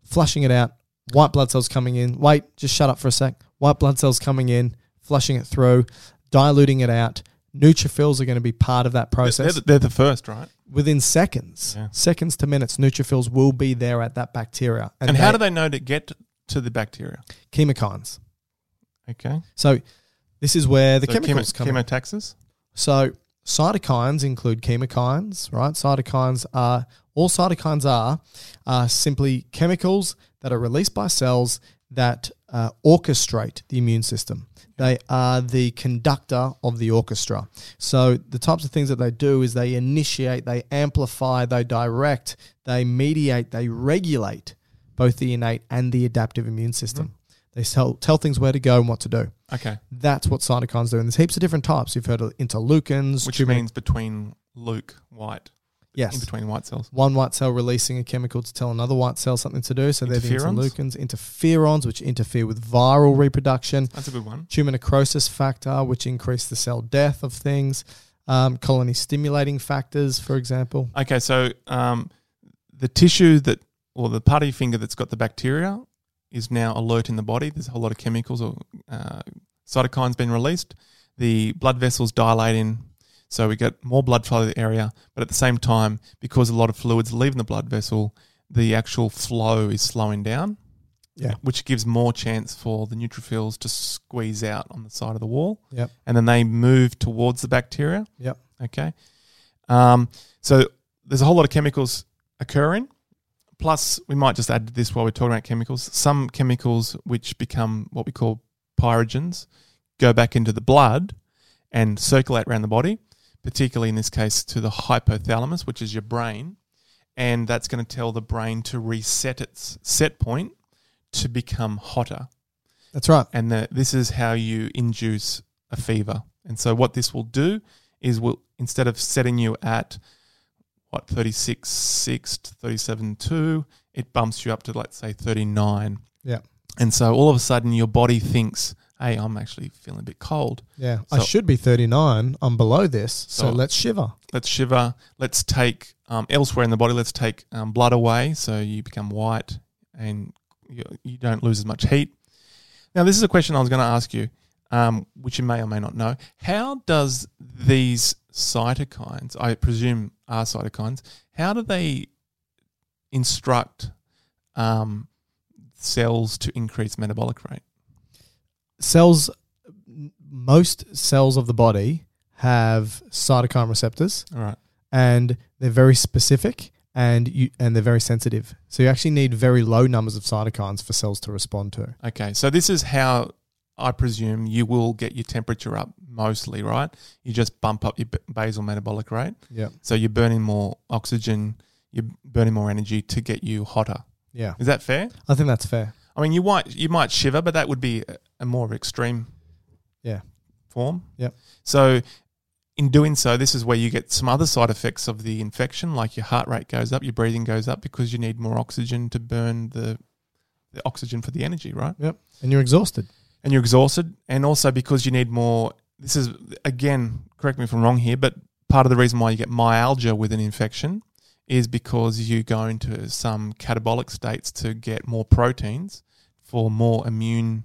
flushing it out. White blood cells coming in. Wait, just shut up for a sec. White blood cells coming in, flushing it through, diluting it out. Neutrophils are going to be part of that process They're the, they're the first, right? within seconds, Yeah. seconds to minutes. Neutrophils will be there at that bacteria, And, how do they know to get to the bacteria? chemokines? Okay. So this is where the chemicals chemo, come in. chemotaxis? So cytokines include chemokines, right? Cytokines are all cytokines are are simply chemicals that are released by cells that uh, orchestrate the immune system. They are the conductor of the orchestra. So the types of things that they do is they initiate, they amplify, they direct, they mediate, they regulate both the innate and the adaptive immune system. They tell, tell things where to go and what to do. Okay. That's what cytokines do. And there's heaps of different types. You've heard of interleukins, Which tuber- means between Luke, white, in yes, between white cells. one white cell releasing a chemical to tell another white cell something to do. So they're the Interferons? interleukins, interferons, which interfere with viral reproduction, That's a good one. tumor necrosis factor, which increase the cell death of things, um, colony stimulating factors, for example. Okay, so um, the tissue that, or the part of your finger that's got the bacteria, is now alert in the body. There's a whole lot of chemicals or uh, cytokines being released. The blood vessels dilating, so we get more blood flow to the area. But at the same time, because a lot of fluids leaving the blood vessel, the actual flow is slowing down. Yeah. which gives more chance for the neutrophils to squeeze out on the side of the wall. Yep. and then they move towards the bacteria. Yep. Okay. Um, so there's a whole lot of chemicals occurring. Plus, we might just add to this while we're talking about chemicals. Some chemicals which become what we call pyrogens go back into the blood and circulate around the body, particularly in this case to the hypothalamus, which is your brain, and that's going to tell the brain to reset its set point to become hotter That's right. and that this is how you induce a fever. And so what this will do is will instead of setting you at what 36 6 to 37 2, it bumps you up to let's say 39. Yeah. And so all of a sudden your body thinks, "Hey, I'm actually feeling a bit cold. Yeah. I So- Oh. should be 39. I'm below this. So So- let's shiver. Let's shiver. Let's take um, elsewhere in the body. Let's take um, blood away, so you become white and you, you don't lose as much heat." Now, this is a question I was going to ask you, um, which you may or may not know. How does these cytokines, I presume are cytokines, how do they instruct um, cells to increase metabolic rate? Cells, m- most cells of the body have cytokine receptors. All right. and they're very specific and you and they're very sensitive. So you actually need very low numbers of cytokines for cells to respond to. Okay, so this is how I presume you will get your temperature up mostly, right? You just bump up your b- basal metabolic rate. Yeah. So you're burning more oxygen, you're burning more energy to get you hotter. Yeah. Is that fair? I think that's fair. I mean, you might you might shiver, but that would be a- a more extreme, Yeah. form. Yep. So, in doing so, this is where you get some other side effects of the infection, like your heart rate goes up, your breathing goes up because you need more oxygen to burn the the oxygen for the energy, right? Yep. And you're exhausted. and you're exhausted, and also because you need more. This is again, correct me if I'm wrong here, but part of the reason why you get myalgia with an infection is because you go into some catabolic states to get more proteins for more immune,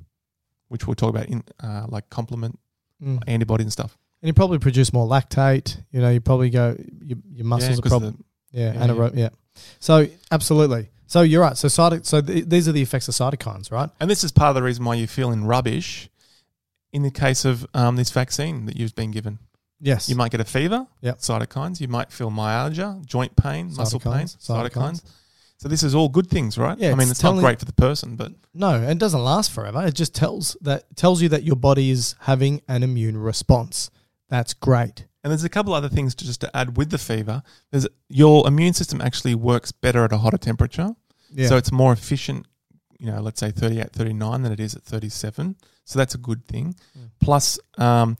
which we'll talk about in uh, like complement Mm. antibody and stuff. And you probably produce more lactate. You know, you probably go your, your muscles are 'cause probably the- yeah, yeah, anaerobic. Yeah. So absolutely. So you're right. So cyto- So th- these are the effects of cytokines, right? and this is part of the reason why you're feeling rubbish in the case of um, this vaccine that you've been given. Yes. You might get a fever, Yep. cytokines. You might feel myalgia, joint pain, muscle pain, Cytokines, cytokines. cytokines. So this is all good things, right? Yeah, I mean, it's it's not telling- great for the person, but No, and it doesn't last forever. It just tells that tells you that your body is having an immune response. That's great. and there's a couple other things to, just to add with the fever. There's your immune system actually works better at a hotter temperature, Yeah. so it's more efficient. You know, let's say 38, 39 than it is at 37. So that's a good thing. Plus, um,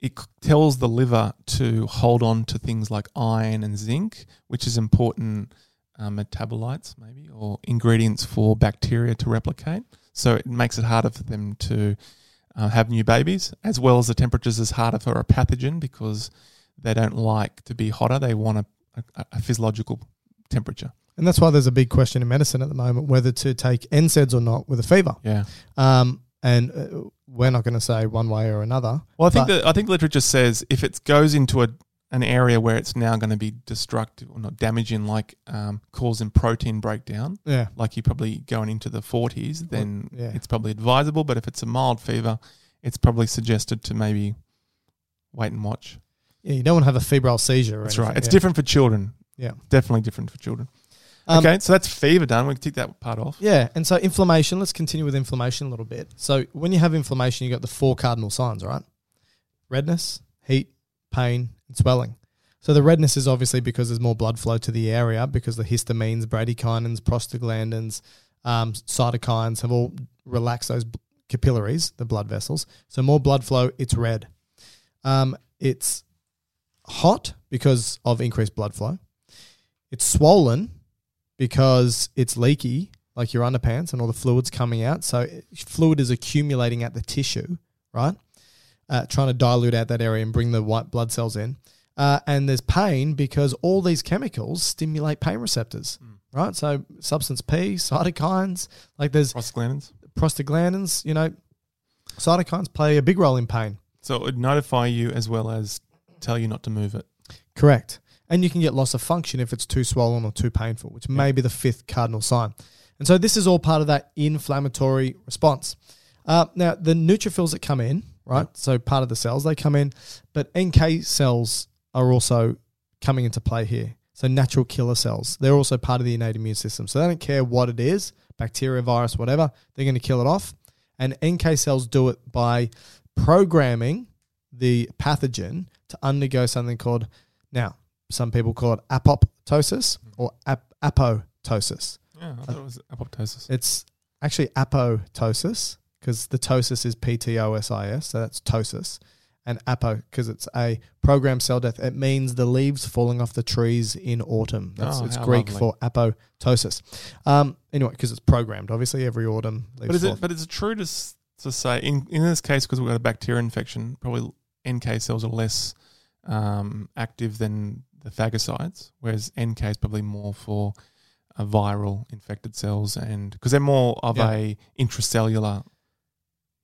it c- tells the liver to hold on to things like iron and zinc, which is important uh, metabolites, maybe, or ingredients for bacteria to replicate. So it makes it harder for them to uh, have new babies, as well as the temperatures is harder for a pathogen because they don't like to be hotter. They want a, a, a physiological temperature. and that's why there's a big question in medicine at the moment whether to take NSAIDs or not with a fever. Yeah. Um, and uh, we're not going to say one way or another. Well, I think But- that I think literature says if it goes into a an area where it's now going to be destructive or not damaging, like um, causing protein breakdown, Yeah. like you're probably going into the 40s, then yeah. it's probably advisable. But if it's a mild fever, it's probably suggested to maybe wait and watch. Yeah. You don't want to have a febrile seizure. Or That's anything. right. It's Yeah. different for children. Yeah. Definitely different for children. Um, okay, so that's fever done. We can tick that part off. Yeah, and so inflammation. Let's continue with inflammation a little bit. So when you have inflammation, you got the four cardinal signs, right? Redness, heat, pain, and swelling. So the redness is obviously because there's more blood flow to the area because the histamines, bradykinins, prostaglandins, um, cytokines have all relaxed those b- capillaries, the blood vessels. So more blood flow, it's red. Um, it's hot because of increased blood flow. It's swollen because it's leaky, like your underpants and all the fluids coming out. So it- fluid is accumulating at the tissue, right? Uh, trying to dilute out that area and bring the white blood cells in. Uh, and there's pain because all these chemicals stimulate pain receptors, right? So substance P, cytokines, like there's Prostaglandins. prostaglandins, you know, cytokines play a big role in pain. So it would notify you as well as tell you not to move it. Correct. And you can get loss of function if it's too swollen or too painful, which may be the fifth cardinal sign. And so this is all part of that inflammatory response. Uh, now, the neutrophils that come in, right? So part of the cells, they come in, but NK cells are also coming into play here. So natural killer cells, they're also part of the innate immune system. So they don't care what it is bacteria, virus, whatever, they're going to kill it off. And NK cells do it by programming the pathogen to undergo something called now some people call it Mm. apoptosis or ap- apoptosis. Yeah, I thought it was apoptosis. It's actually apoptosis because the tosis is P T O S I S, so that's tosis, and apo because it's a programmed cell death. It means the leaves falling off the trees in autumn. That's Oh, it's how Greek lovely. for apoptosis. Um, anyway, because it's programmed, obviously every autumn. Leaves But is fall. it? But is it true to s- to say in in this case because we've got a bacteria infection, probably NK cells are less um, active than the phagocytes, whereas NK is probably more for uh, viral infected cells, and because they're more of Yeah. a intracellular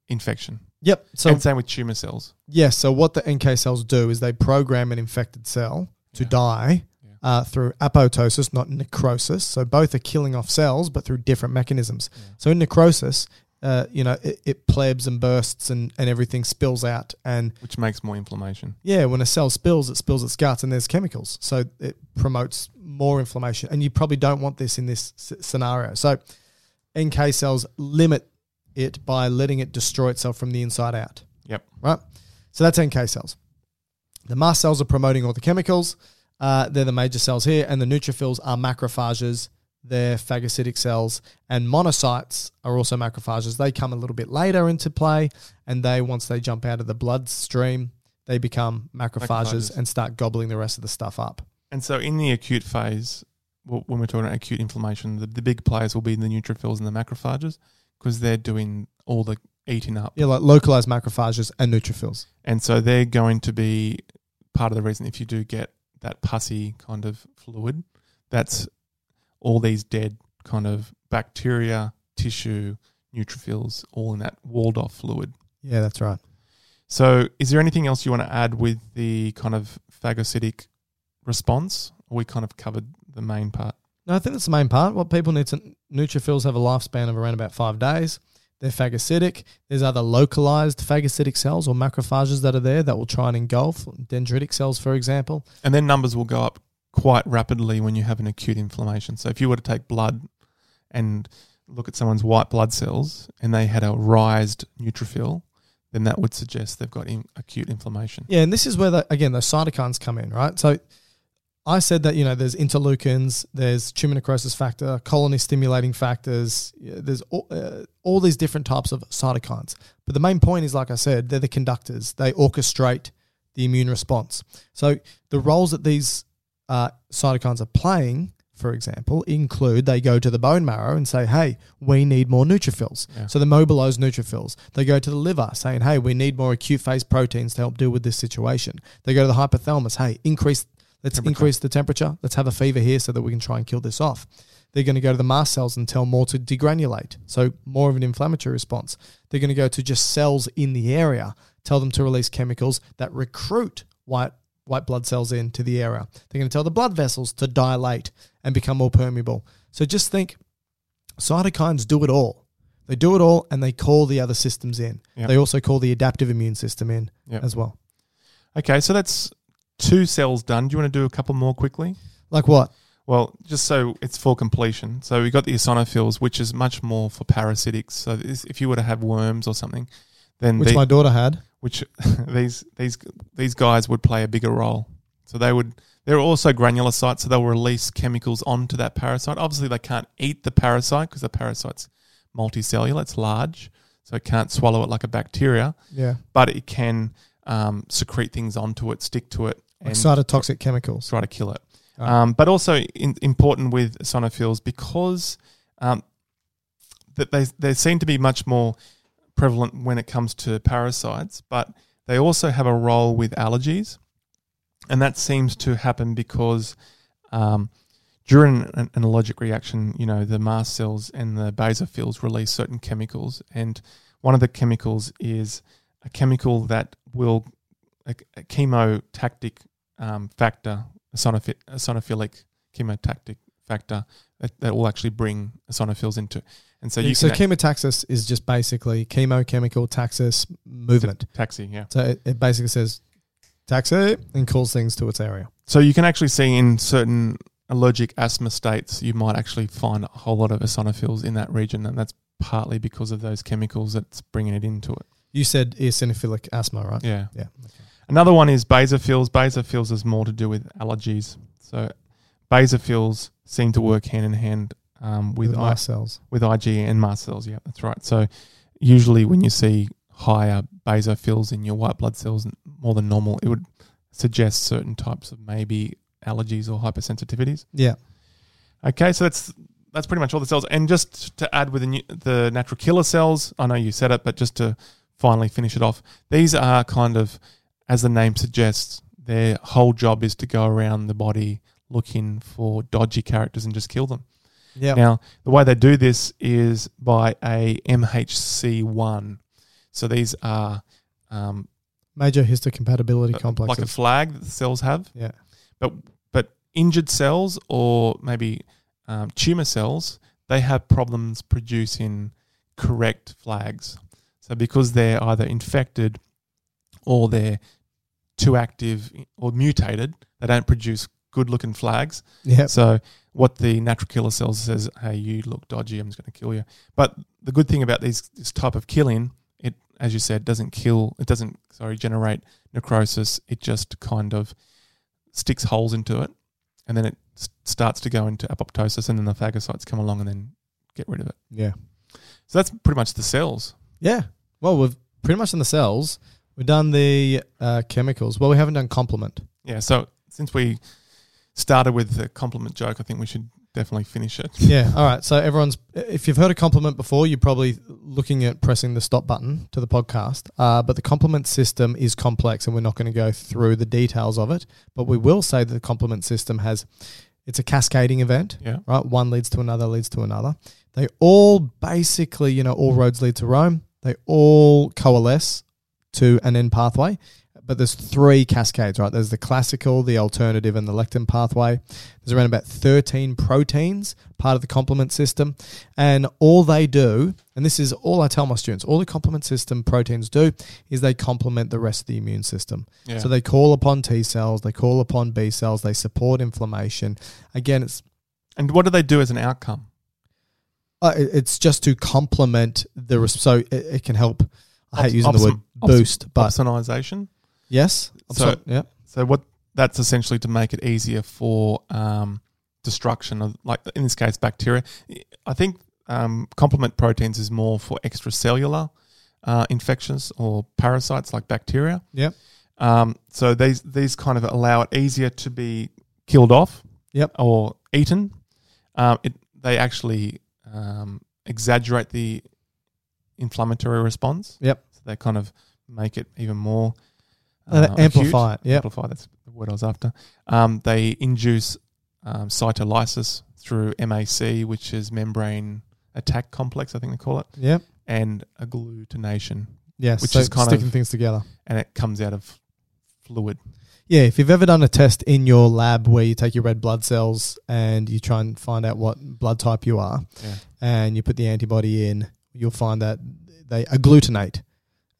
infection. yep. So and same with tumor cells. Yes. So what the NK cells do is they program an infected cell to Yeah. die Yeah. uh, through apoptosis, not necrosis. So both are killing off cells, but through different mechanisms. So in necrosis, uh, you know, it, it plebs and bursts and, and everything spills out. And which makes more inflammation. yeah, when a cell spills, it spills its guts and there's chemicals. So it promotes more inflammation. And you probably don't want this in this s- scenario. So NK cells limit it by letting it destroy itself from the inside out Yep. right? So that's NK cells. The mast cells are promoting all the chemicals. Uh, they're the major cells here, and the neutrophils are macrophages. They're phagocytic cells, and monocytes are also macrophages. They come a little bit later into play, and they once they jump out of the bloodstream, they become macrophages, Macrophages. and start gobbling the rest of the stuff up. And so in the acute phase, wh- when we're talking about acute inflammation, the, the big players will be the neutrophils and the macrophages because they're doing all the eating up. Yeah, like localized macrophages and neutrophils. And so they're going to be part of the reason if you do get that pussy kind of fluid, that's all these dead kind of bacteria, tissue, neutrophils, all in that walled off fluid. Yeah, that's right. So, is there anything else you want to add with the kind of phagocytic response? Or we kind of covered the main part. No, I think that's the main part. What people need to neutrophils have a lifespan of around about five days. They're phagocytic. There's other localized phagocytic cells or macrophages that are there that will try and engulf dendritic cells, for example. And then numbers will go up quite rapidly when you have an acute inflammation. So, if you were to take blood and look at someone's white blood cells and they had a rised neutrophil, then that would suggest they've got in acute inflammation. Yeah, and this is where the, again those cytokines come in, right? So I said that you know there's interleukins, there's tumor necrosis factor, colony stimulating factors, yeah, there's all, uh, all these different types of cytokines. But the main point is, like I said, they're the conductors. They orchestrate the immune response. So the roles that these uh, cytokines are playing, for example, include they go to the bone marrow and say, "Hey, we need more neutrophils." Yeah. So they mobilize neutrophils. They go to the liver saying, "Hey, we need more acute phase proteins to help deal with this situation." They go to the hypothalamus, "Hey, increase let's Temperature. increase the temperature. Let's have a fever here so that we can try and kill this off." They're going to go to the mast cells and tell more to degranulate, so more of an inflammatory response. They're going to go to just cells in the area, tell them to release chemicals that recruit white white blood cells into the area. They're going to tell the blood vessels to dilate and become more permeable. So just think cytokines do it all. They do it all and they call the other systems in. Yep. They also call the adaptive immune system in Yep. as well. Okay, so that's two cells done. Do you want to do a couple more quickly? Like what? Well, just so it's for completion. So we've got the eosinophils, which is much more for parasitics. So this, if you were to have worms or something, then Which the- my daughter had. which these these these guys would play a bigger role. So they would they're also granulocytes, so they'll release chemicals onto that parasite. Obviously, they can't eat the parasite because the parasite's multicellular; it's large, so it can't swallow it like a bacteria, Yeah. but it can um, secrete things onto it, stick to it, Like cytotoxic chemicals. try to kill it. Right. Um, but also in, important with sonophils because um, that they they seem to be much more prevalent when it comes to parasites, but they also have a role with allergies, and that seems to happen because um, during an, an allergic reaction, you know, the mast cells and the basophils release certain chemicals, and one of the chemicals is a chemical that will a, a chemotactic um, factor, a sonophi- a sonophilic chemotactic factor that, that will actually bring sonophils into. And so you so can chemotaxis is just basically chemo, chemical, taxis, movement. taxi, yeah. So it, it basically says taxi and calls things to its area. So you can actually see in certain allergic asthma states, you might actually find a whole lot of eosinophils in that region, and that's partly because of those chemicals that's bringing it into it. You said eosinophilic asthma, right? Yeah. Yeah. Another one is basophils. Basophils is more to do with allergies. So basophils seem to work hand in hand um, with With I- mast cells. with IG and mast cells. Yeah, that's right. So usually when you see higher basophils in your white blood cells n- more than normal, it would suggest certain types of maybe allergies or hypersensitivities. Yeah. Okay, so that's that's pretty much all the cells. And just to add with the, new, the natural killer cells, I know you said it, but just to finally finish it off, these are kind of, as the name suggests, their whole job is to go around the body looking for dodgy characters and just kill them. Yeah. Now, the way they do this is by a MHC1. So these are um, Major Uh, histocompatibility like a complexes. flag that the cells have. yeah. but but injured cells or maybe um, tumor cells, they have problems producing correct flags. So because they're either infected or they're too active or mutated, they don't produce good-looking flags. Yeah. So what the natural killer cells says, hey, you look dodgy, I'm just going to kill you. But the good thing about these this type of killing, it as you said, doesn't kill, it doesn't sorry generate necrosis. It just kind of sticks holes into it, and then it s- starts to go into apoptosis, and then the phagocytes come along and then get rid of it. Yeah. So that's pretty much the cells. Yeah. Well, we've pretty much done the cells. We've done the uh, chemicals. Well, we haven't done complement. Yeah. So since we started with the compliment joke, I think we should definitely finish it. Yeah. All right. So everyone's, if you've heard a compliment before, you're probably looking at pressing the stop button to the podcast. Uh, but the complement system is complex, and we're not going to go through the details of it. But we will say that the complement system has It's a cascading event, Yeah. right? One leads to another, leads to another. They all basically, you know, all roads lead to Rome. They all coalesce to an end pathway. But there's three cascades, right? There's the classical, the alternative, and the lectin pathway. There's around about 13 proteins, part of the complement system. And all they do, and this is all I tell my students, all the complement system proteins do is they complement the rest of the immune system. Yeah. So they call upon T cells, they call upon B cells, they support inflammation. Again, it's And what do they do as an outcome? uh, it- it's just to complement the res- so it, it can help. I hate Ops- using the word optim- ops- boost, but Opsonization. yes, So- uh, Opso- yeah, So what that's essentially to make it easier for um, destruction of, like in this case, bacteria. I think um, complement proteins is more for extracellular uh, infections or parasites like bacteria. Yep. Um, so these these kind of allow it easier to be killed off. Yep. Or eaten. Um, it they actually um, exaggerate the inflammatory response. Yep. So they kind of make it even more Uh, acute amplify it. Yep, amplify. That's the word I was after. Um, they induce um, cytolysis through MAC, which is membrane attack complex, I think they call it, yep, and agglutination, yes. Which so is kind sticking of- things together. and it comes out of fluid. Yeah, if you've ever done a test in your lab where you take your red blood cells and you try and find out what blood type you are, Yeah. and you put the antibody in, you'll find that they agglutinate,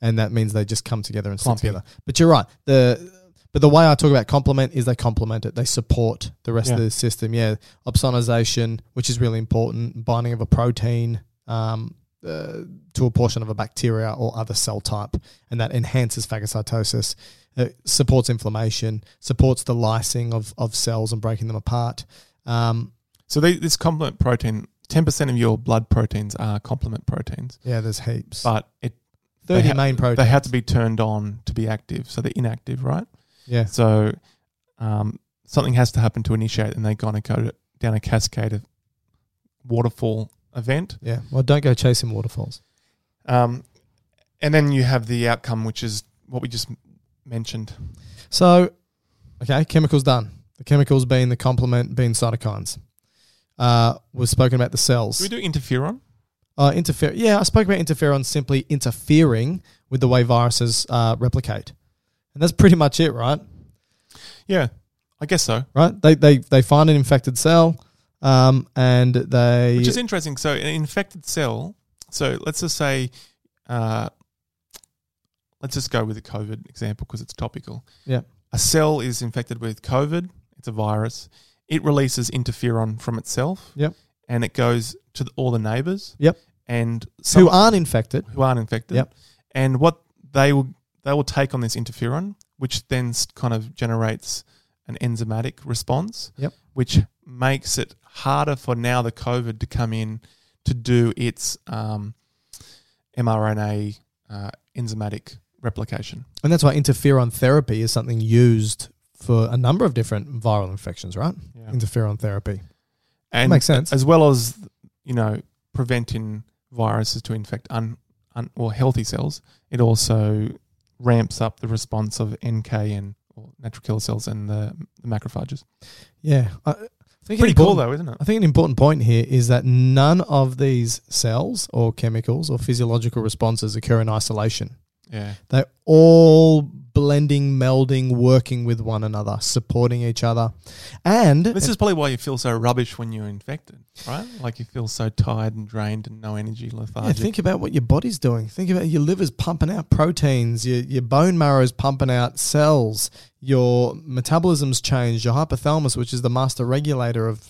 and that means they just come together and stick Clumping. together. But you're right. The but the way I talk about complement is they complement it. They support the rest of Yeah. the system. Yeah, opsonization, which is really important, binding of a protein um, uh, to a portion of a bacteria or other cell type, and that enhances phagocytosis. It supports inflammation, supports the lysing of, of cells and breaking them apart. Um, So they, this complement protein, ten percent of your blood proteins are complement proteins, yeah, there's heaps. but it they 30 ha- main proteins. they have to be turned on to be active. So they're inactive, right? yeah. So um, something has to happen to initiate, and they kind of go down a cascade of waterfall event. Yeah. Well, don't go chasing waterfalls. Um, and then you have the outcome, which is what we just m- mentioned. So, okay, chemicals done. The chemicals being the complement, being cytokines. Uh, we've spoken about the cells. Do we do interferon? Uh, interfer- yeah, I spoke about interferon simply interfering with the way viruses uh, replicate. And that's pretty much it, right? Yeah, I guess so. Right? They, they, they find an infected cell um, and they. Which is interesting. So an infected cell. So let's just say, uh, let's just go with the COVID example because it's topical. Yeah. A cell is infected with COVID. It's a virus. It releases interferon from itself. Yep. And it goes to the, all the neighbors. Yep. And who some- aren't infected. who aren't infected. Yep. And what they will they will take on this interferon, which then s- kind of generates an enzymatic response, Yep. which makes it harder for now the COVID to come in to do its um, mRNA uh, enzymatic replication. And that's why interferon therapy is something used for a number of different viral infections, right? Yeah. Interferon therapy. And Makes sense. as well as you know preventing viruses to infect un, un or healthy cells. It also ramps up the response of NK and or natural killer cells and the, the macrophages. Yeah. I I think an Pretty cool important- though, isn't it? I think an important point here is that none of these cells or chemicals or physiological responses occur in isolation. Yeah, They're all blending, melding, working with one another, supporting each other. And this is probably why you feel so rubbish when you're infected, right? Like you feel so tired and drained and no energy, Yeah, lethargic. think about what your body's doing. Think about your liver's pumping out proteins, your, your bone marrow's pumping out cells, your metabolism's changed, your hypothalamus, which is the master regulator of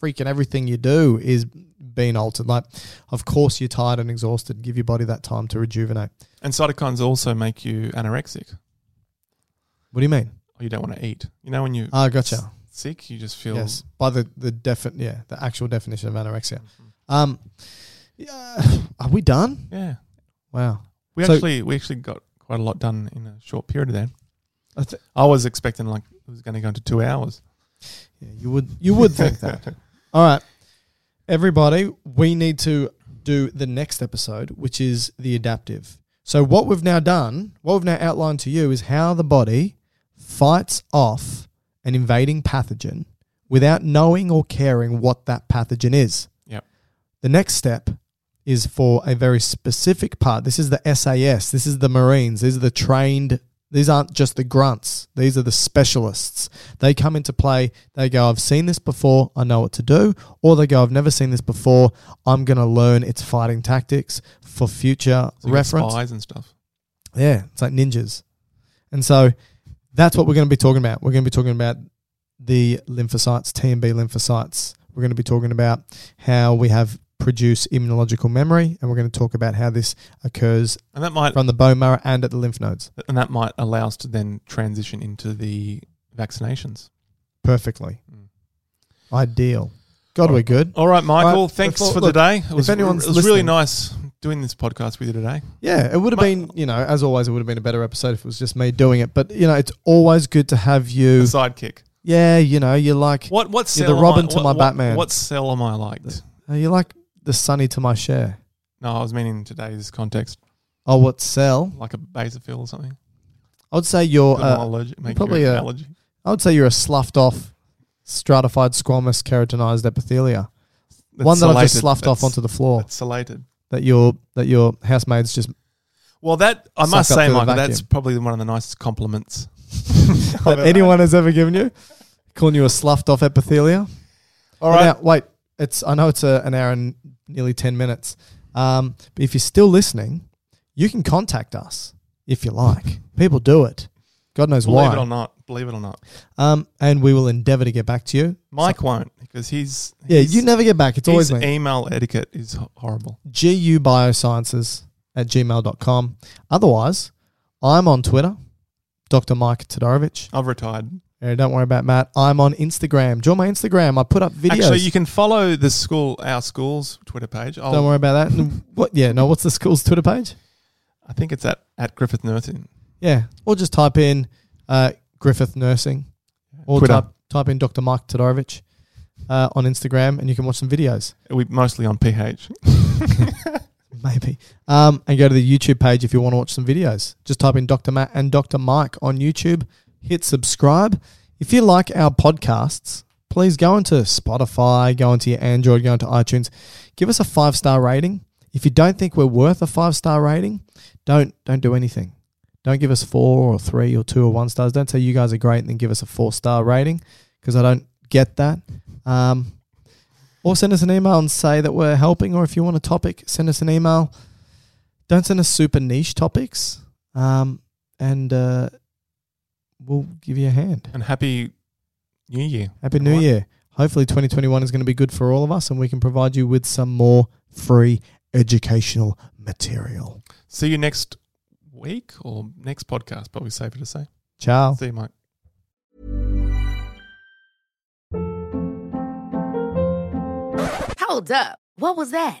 freaking everything you do, is being altered. Like, of course, you're tired and exhausted. Give your body that time to rejuvenate. and cytokines also make you anorexic, What do you mean? or you don't want to eat. You know when you're Ah, gotcha. sick, you just feel Yes, by the the defi- yeah, the actual definition of anorexia. Um, yeah, are we done? yeah. Wow. We So- actually we actually got quite a lot done in a short period there. I th- I was expecting like it was going to go into two hours. Yeah, you would you would think that. All right. Everybody, we need to do the next episode, which is the adaptive. So, what we've now done, what we've now outlined to you is how the body fights off an invading pathogen without knowing or caring what that pathogen is. Yep. The next step is for a very specific part. This is the SAS, this is the Marines, these are the trained, these aren't just the grunts, these are the specialists. They come into play, they go, I've seen this before, I know what to do, or they go, I've never seen this before, I'm going to learn its fighting tactics for future So you got reference. spies and stuff. Yeah, it's like ninjas. And so that's what we're going to be talking about. We're going to be talking about the lymphocytes, T and B lymphocytes. We're going to be talking about how we have produce immunological memory, and we're going to talk about how this occurs And that might from the bone marrow and at the lymph nodes and that might allow us to then transition into the vaccinations. perfectly. Mm. Ideal. God, we're good. All right, Michael. Right, thanks before- for look, the day. It was, anyone's it was really listening- nice doing this podcast with you today. Yeah, it would have My- been, you know, as always, it would have been a better episode if it was just me doing it. But you know, it's always good to have A you. sidekick. Yeah, you know, you're like What what cell? You're the am Robin I, to what- my what- Batman. What cell am I liked? you're like the sunny to my share. No, I was meaning in today's context, Oh, what cell? like a basophil or something. I would say you're. Got an Uh, allergy- make you probably an a- allergy. I would say you're a sloughed off, stratified squamous keratinized epithelia. That's One that I've just salated. sloughed off That's- onto the floor. That's salated. That your that your housemates just. Well, that I Suck must up say, to the Michael, that's vacuum. probably one of the nicest compliments I've that ever anyone has ever given you, calling you a sloughed off epithelia. had. All But right, now- wait. It's I know it's a, an hour and nearly ten minutes. Um, but if you're still listening, you can contact us if you like. People do it. God knows believe why. it or not, believe it or not, Um, and we will endeavour to get back to you. Mike won't because he's Yeah, he's- you never get back. It's always his me. email etiquette is ho- horrible. gubiosciences at gmail.com. Otherwise, I'm on Twitter, Dr. Mike Todorovich. I've retired. Uh, don't worry about Matt. I'm on Instagram. Join my Instagram. I put up videos. Actually, you can follow the school, our school's Twitter page. I'll, don't worry about that. And what? Yeah, no, what's the school's Twitter page? I think it's at, at Griffith Nursing. Yeah. Or just type in uh, Griffith Nursing or Twitter. type, type in Dr. Mike Todorovich uh, on Instagram and you can watch some videos. We're mostly on PH. Maybe. Um, and go to the YouTube page if you want to watch some videos. Just type in Dr. Matt and Dr. Mike on YouTube. Hit subscribe. If you like our podcasts, please go into Spotify, go into your Android, go into iTunes. Give us a five star rating. If you don't think we're worth a five star rating, don't don't do anything. Don't give us four or three or two or one stars. Don't say you guys are great and then give us a four star rating because I don't get that. Um, or send us an email and say that we're helping. Or if you want a topic, send us an email. Don't send us super niche topics, um, and uh, we'll give you a hand. And happy New Year. Happy New Right. Year. Hopefully, 2021 is going to be good for all of us, and we can provide you with some more free educational material. See you next week or next podcast, probably safer to say. Ciao. See you, Mike. Hold up. What was that?